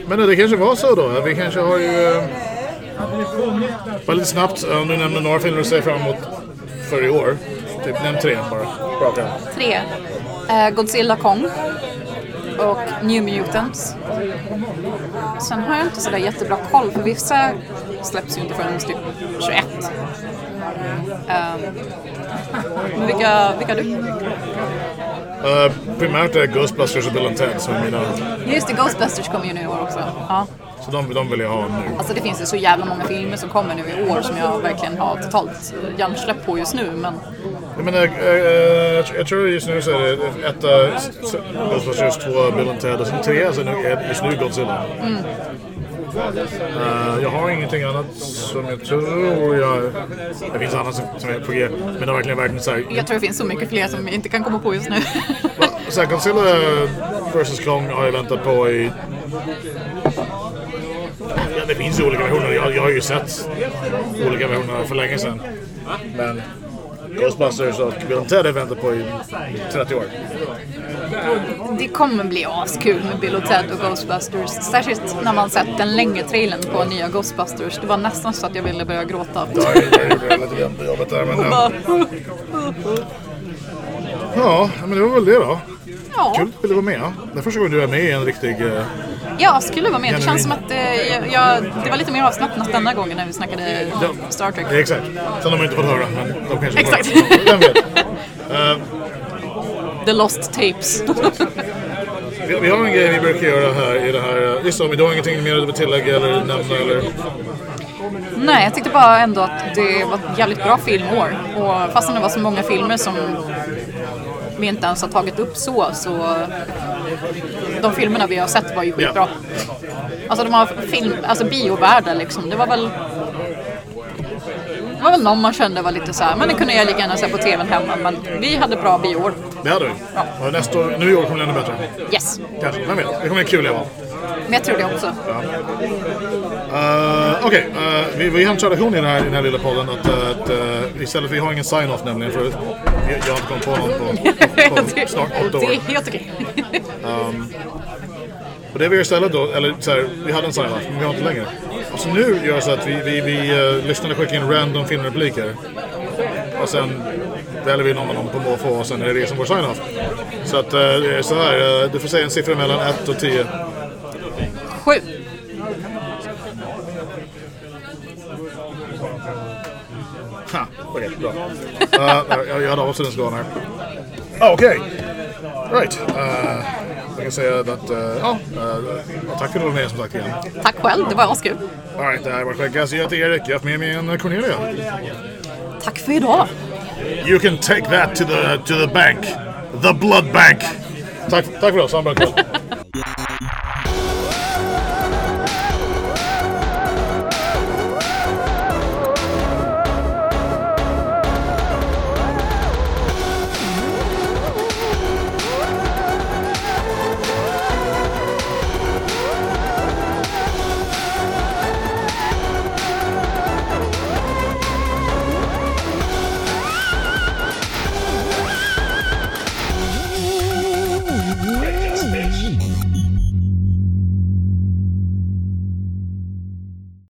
men det kanske var så då. Vi kanske har ju... eh, Bara lite snabbt, eh, om du nämner några filmer du ser fram emot för i år. Typ, nämn tre bara. Raka. tre. Eh, Godzilla Kong. Och New Mutants. Sen har jag inte sådär jättebra koll för vissa släpps ju inte förrän typ 21. Ehm, men vilka, vilka har du? Eh, primärt är Ghostbusters och Bill Ted som är mina... Just det, Ghostbusters kommer ju nu i år också. Ja. Så de, de vill jag ha nu. Alltså det finns ju så jävla många filmer som kommer nu i år som jag verkligen har totalt hjärnsläpp på just nu. Men Jag menar, eh, eh, jag tror just nu så är det ett eh, s- s- Ghostbusters, två Bill Ted och sen tre så nu, är just nu Godzilla. Eh, jag har ingenting annat som jag tror jag... Det finns annat som, som är på G, men det är verkligen, verkligen så här, jag tror det finns så mycket fler som vi inte kan komma på just nu. Så här, Godzilla vs Kong har jag väntat på i... Ja, det finns ju olika versioner. Jag, jag har ju sett olika versioner för länge sedan. Men Ghostbusters och Bill Ted har jag väntat på i 30 år. Det kommer bli askul med Bill och Ted och Ghostbusters. Särskilt när man sett den längre trailern på nya Ghostbusters. Det var nästan så att jag ville börja gråta. Ja, Jag gjorde det lite grann på jobbet där, men... Ja, Bara, ja men det var väl det då. Ja, Kul att du ville vara med. Det är första gången du är med i en riktig... eh, jag skulle vara med. Det känns som att eh, jag, jag, det var lite mer avslappnat denna gången när vi snackade Star Trek. Ja, exakt. Sen har man inte fått höra, men de kanske får Exakt. höra. Vem vet? Eh, The Lost Tapes. Vi, vi har en grej vi brukar göra här i det här. Just om idag ingenting mer du vill tillägga eller nämna eller... Nej, jag tyckte bara ändå att det var ett jävligt bra filmår. Och fastän det var så många filmer som vi inte ens har tagit upp så, så de filmerna vi har sett var ju skitbra. Alltså de har film, alltså biovärldar liksom. Det var väl det var väl någon man kände var lite så här, men det kunde jag lika gärna se på tvn hemma. Men vi hade bra biår. Det hade vi. Ja. Och nästa år, nu i år kommer det ännu bättre. Yes, Kanske, vem vet? Det kommer bli kul i alla fall. men jag tror det också. Eh, Okej, eh, vi, vi har en tradition i den här, i den här lilla podden att, eh, att eh, istället, vi har ingen sign-off nämligen för jag, jag har inte kommit på någon på, på snart åtta Det år. är helt okej. Och det vi gör istället då, eller så här, vi hade en sign-off men vi har inte längre. Och så nu gör så att vi, vi, vi eh, lyssnare skickar in random filmrepliker. Och sen väljer vi någon av dem på måfå och sen är det det som går sign-off. Så att eh, det är så här, eh, du får säga en siffra mellan 1 och 10. Sju. Ha, okej, bra. Eh, jag, jag hade avslutningsgång här. Ah, Okej. Right. Eh, jag kan säga att... eh, ja, eh, tack för att du var med som sagt igen. Tack själv, det var askul. All right, det här var Skäggas. Jag heter Erik. Jag har haft med mig en eh, Cornelia. Tack för idag. You can take that to the to the bank. The blood bank. Tack, tack för oss. Ha en bra kväll.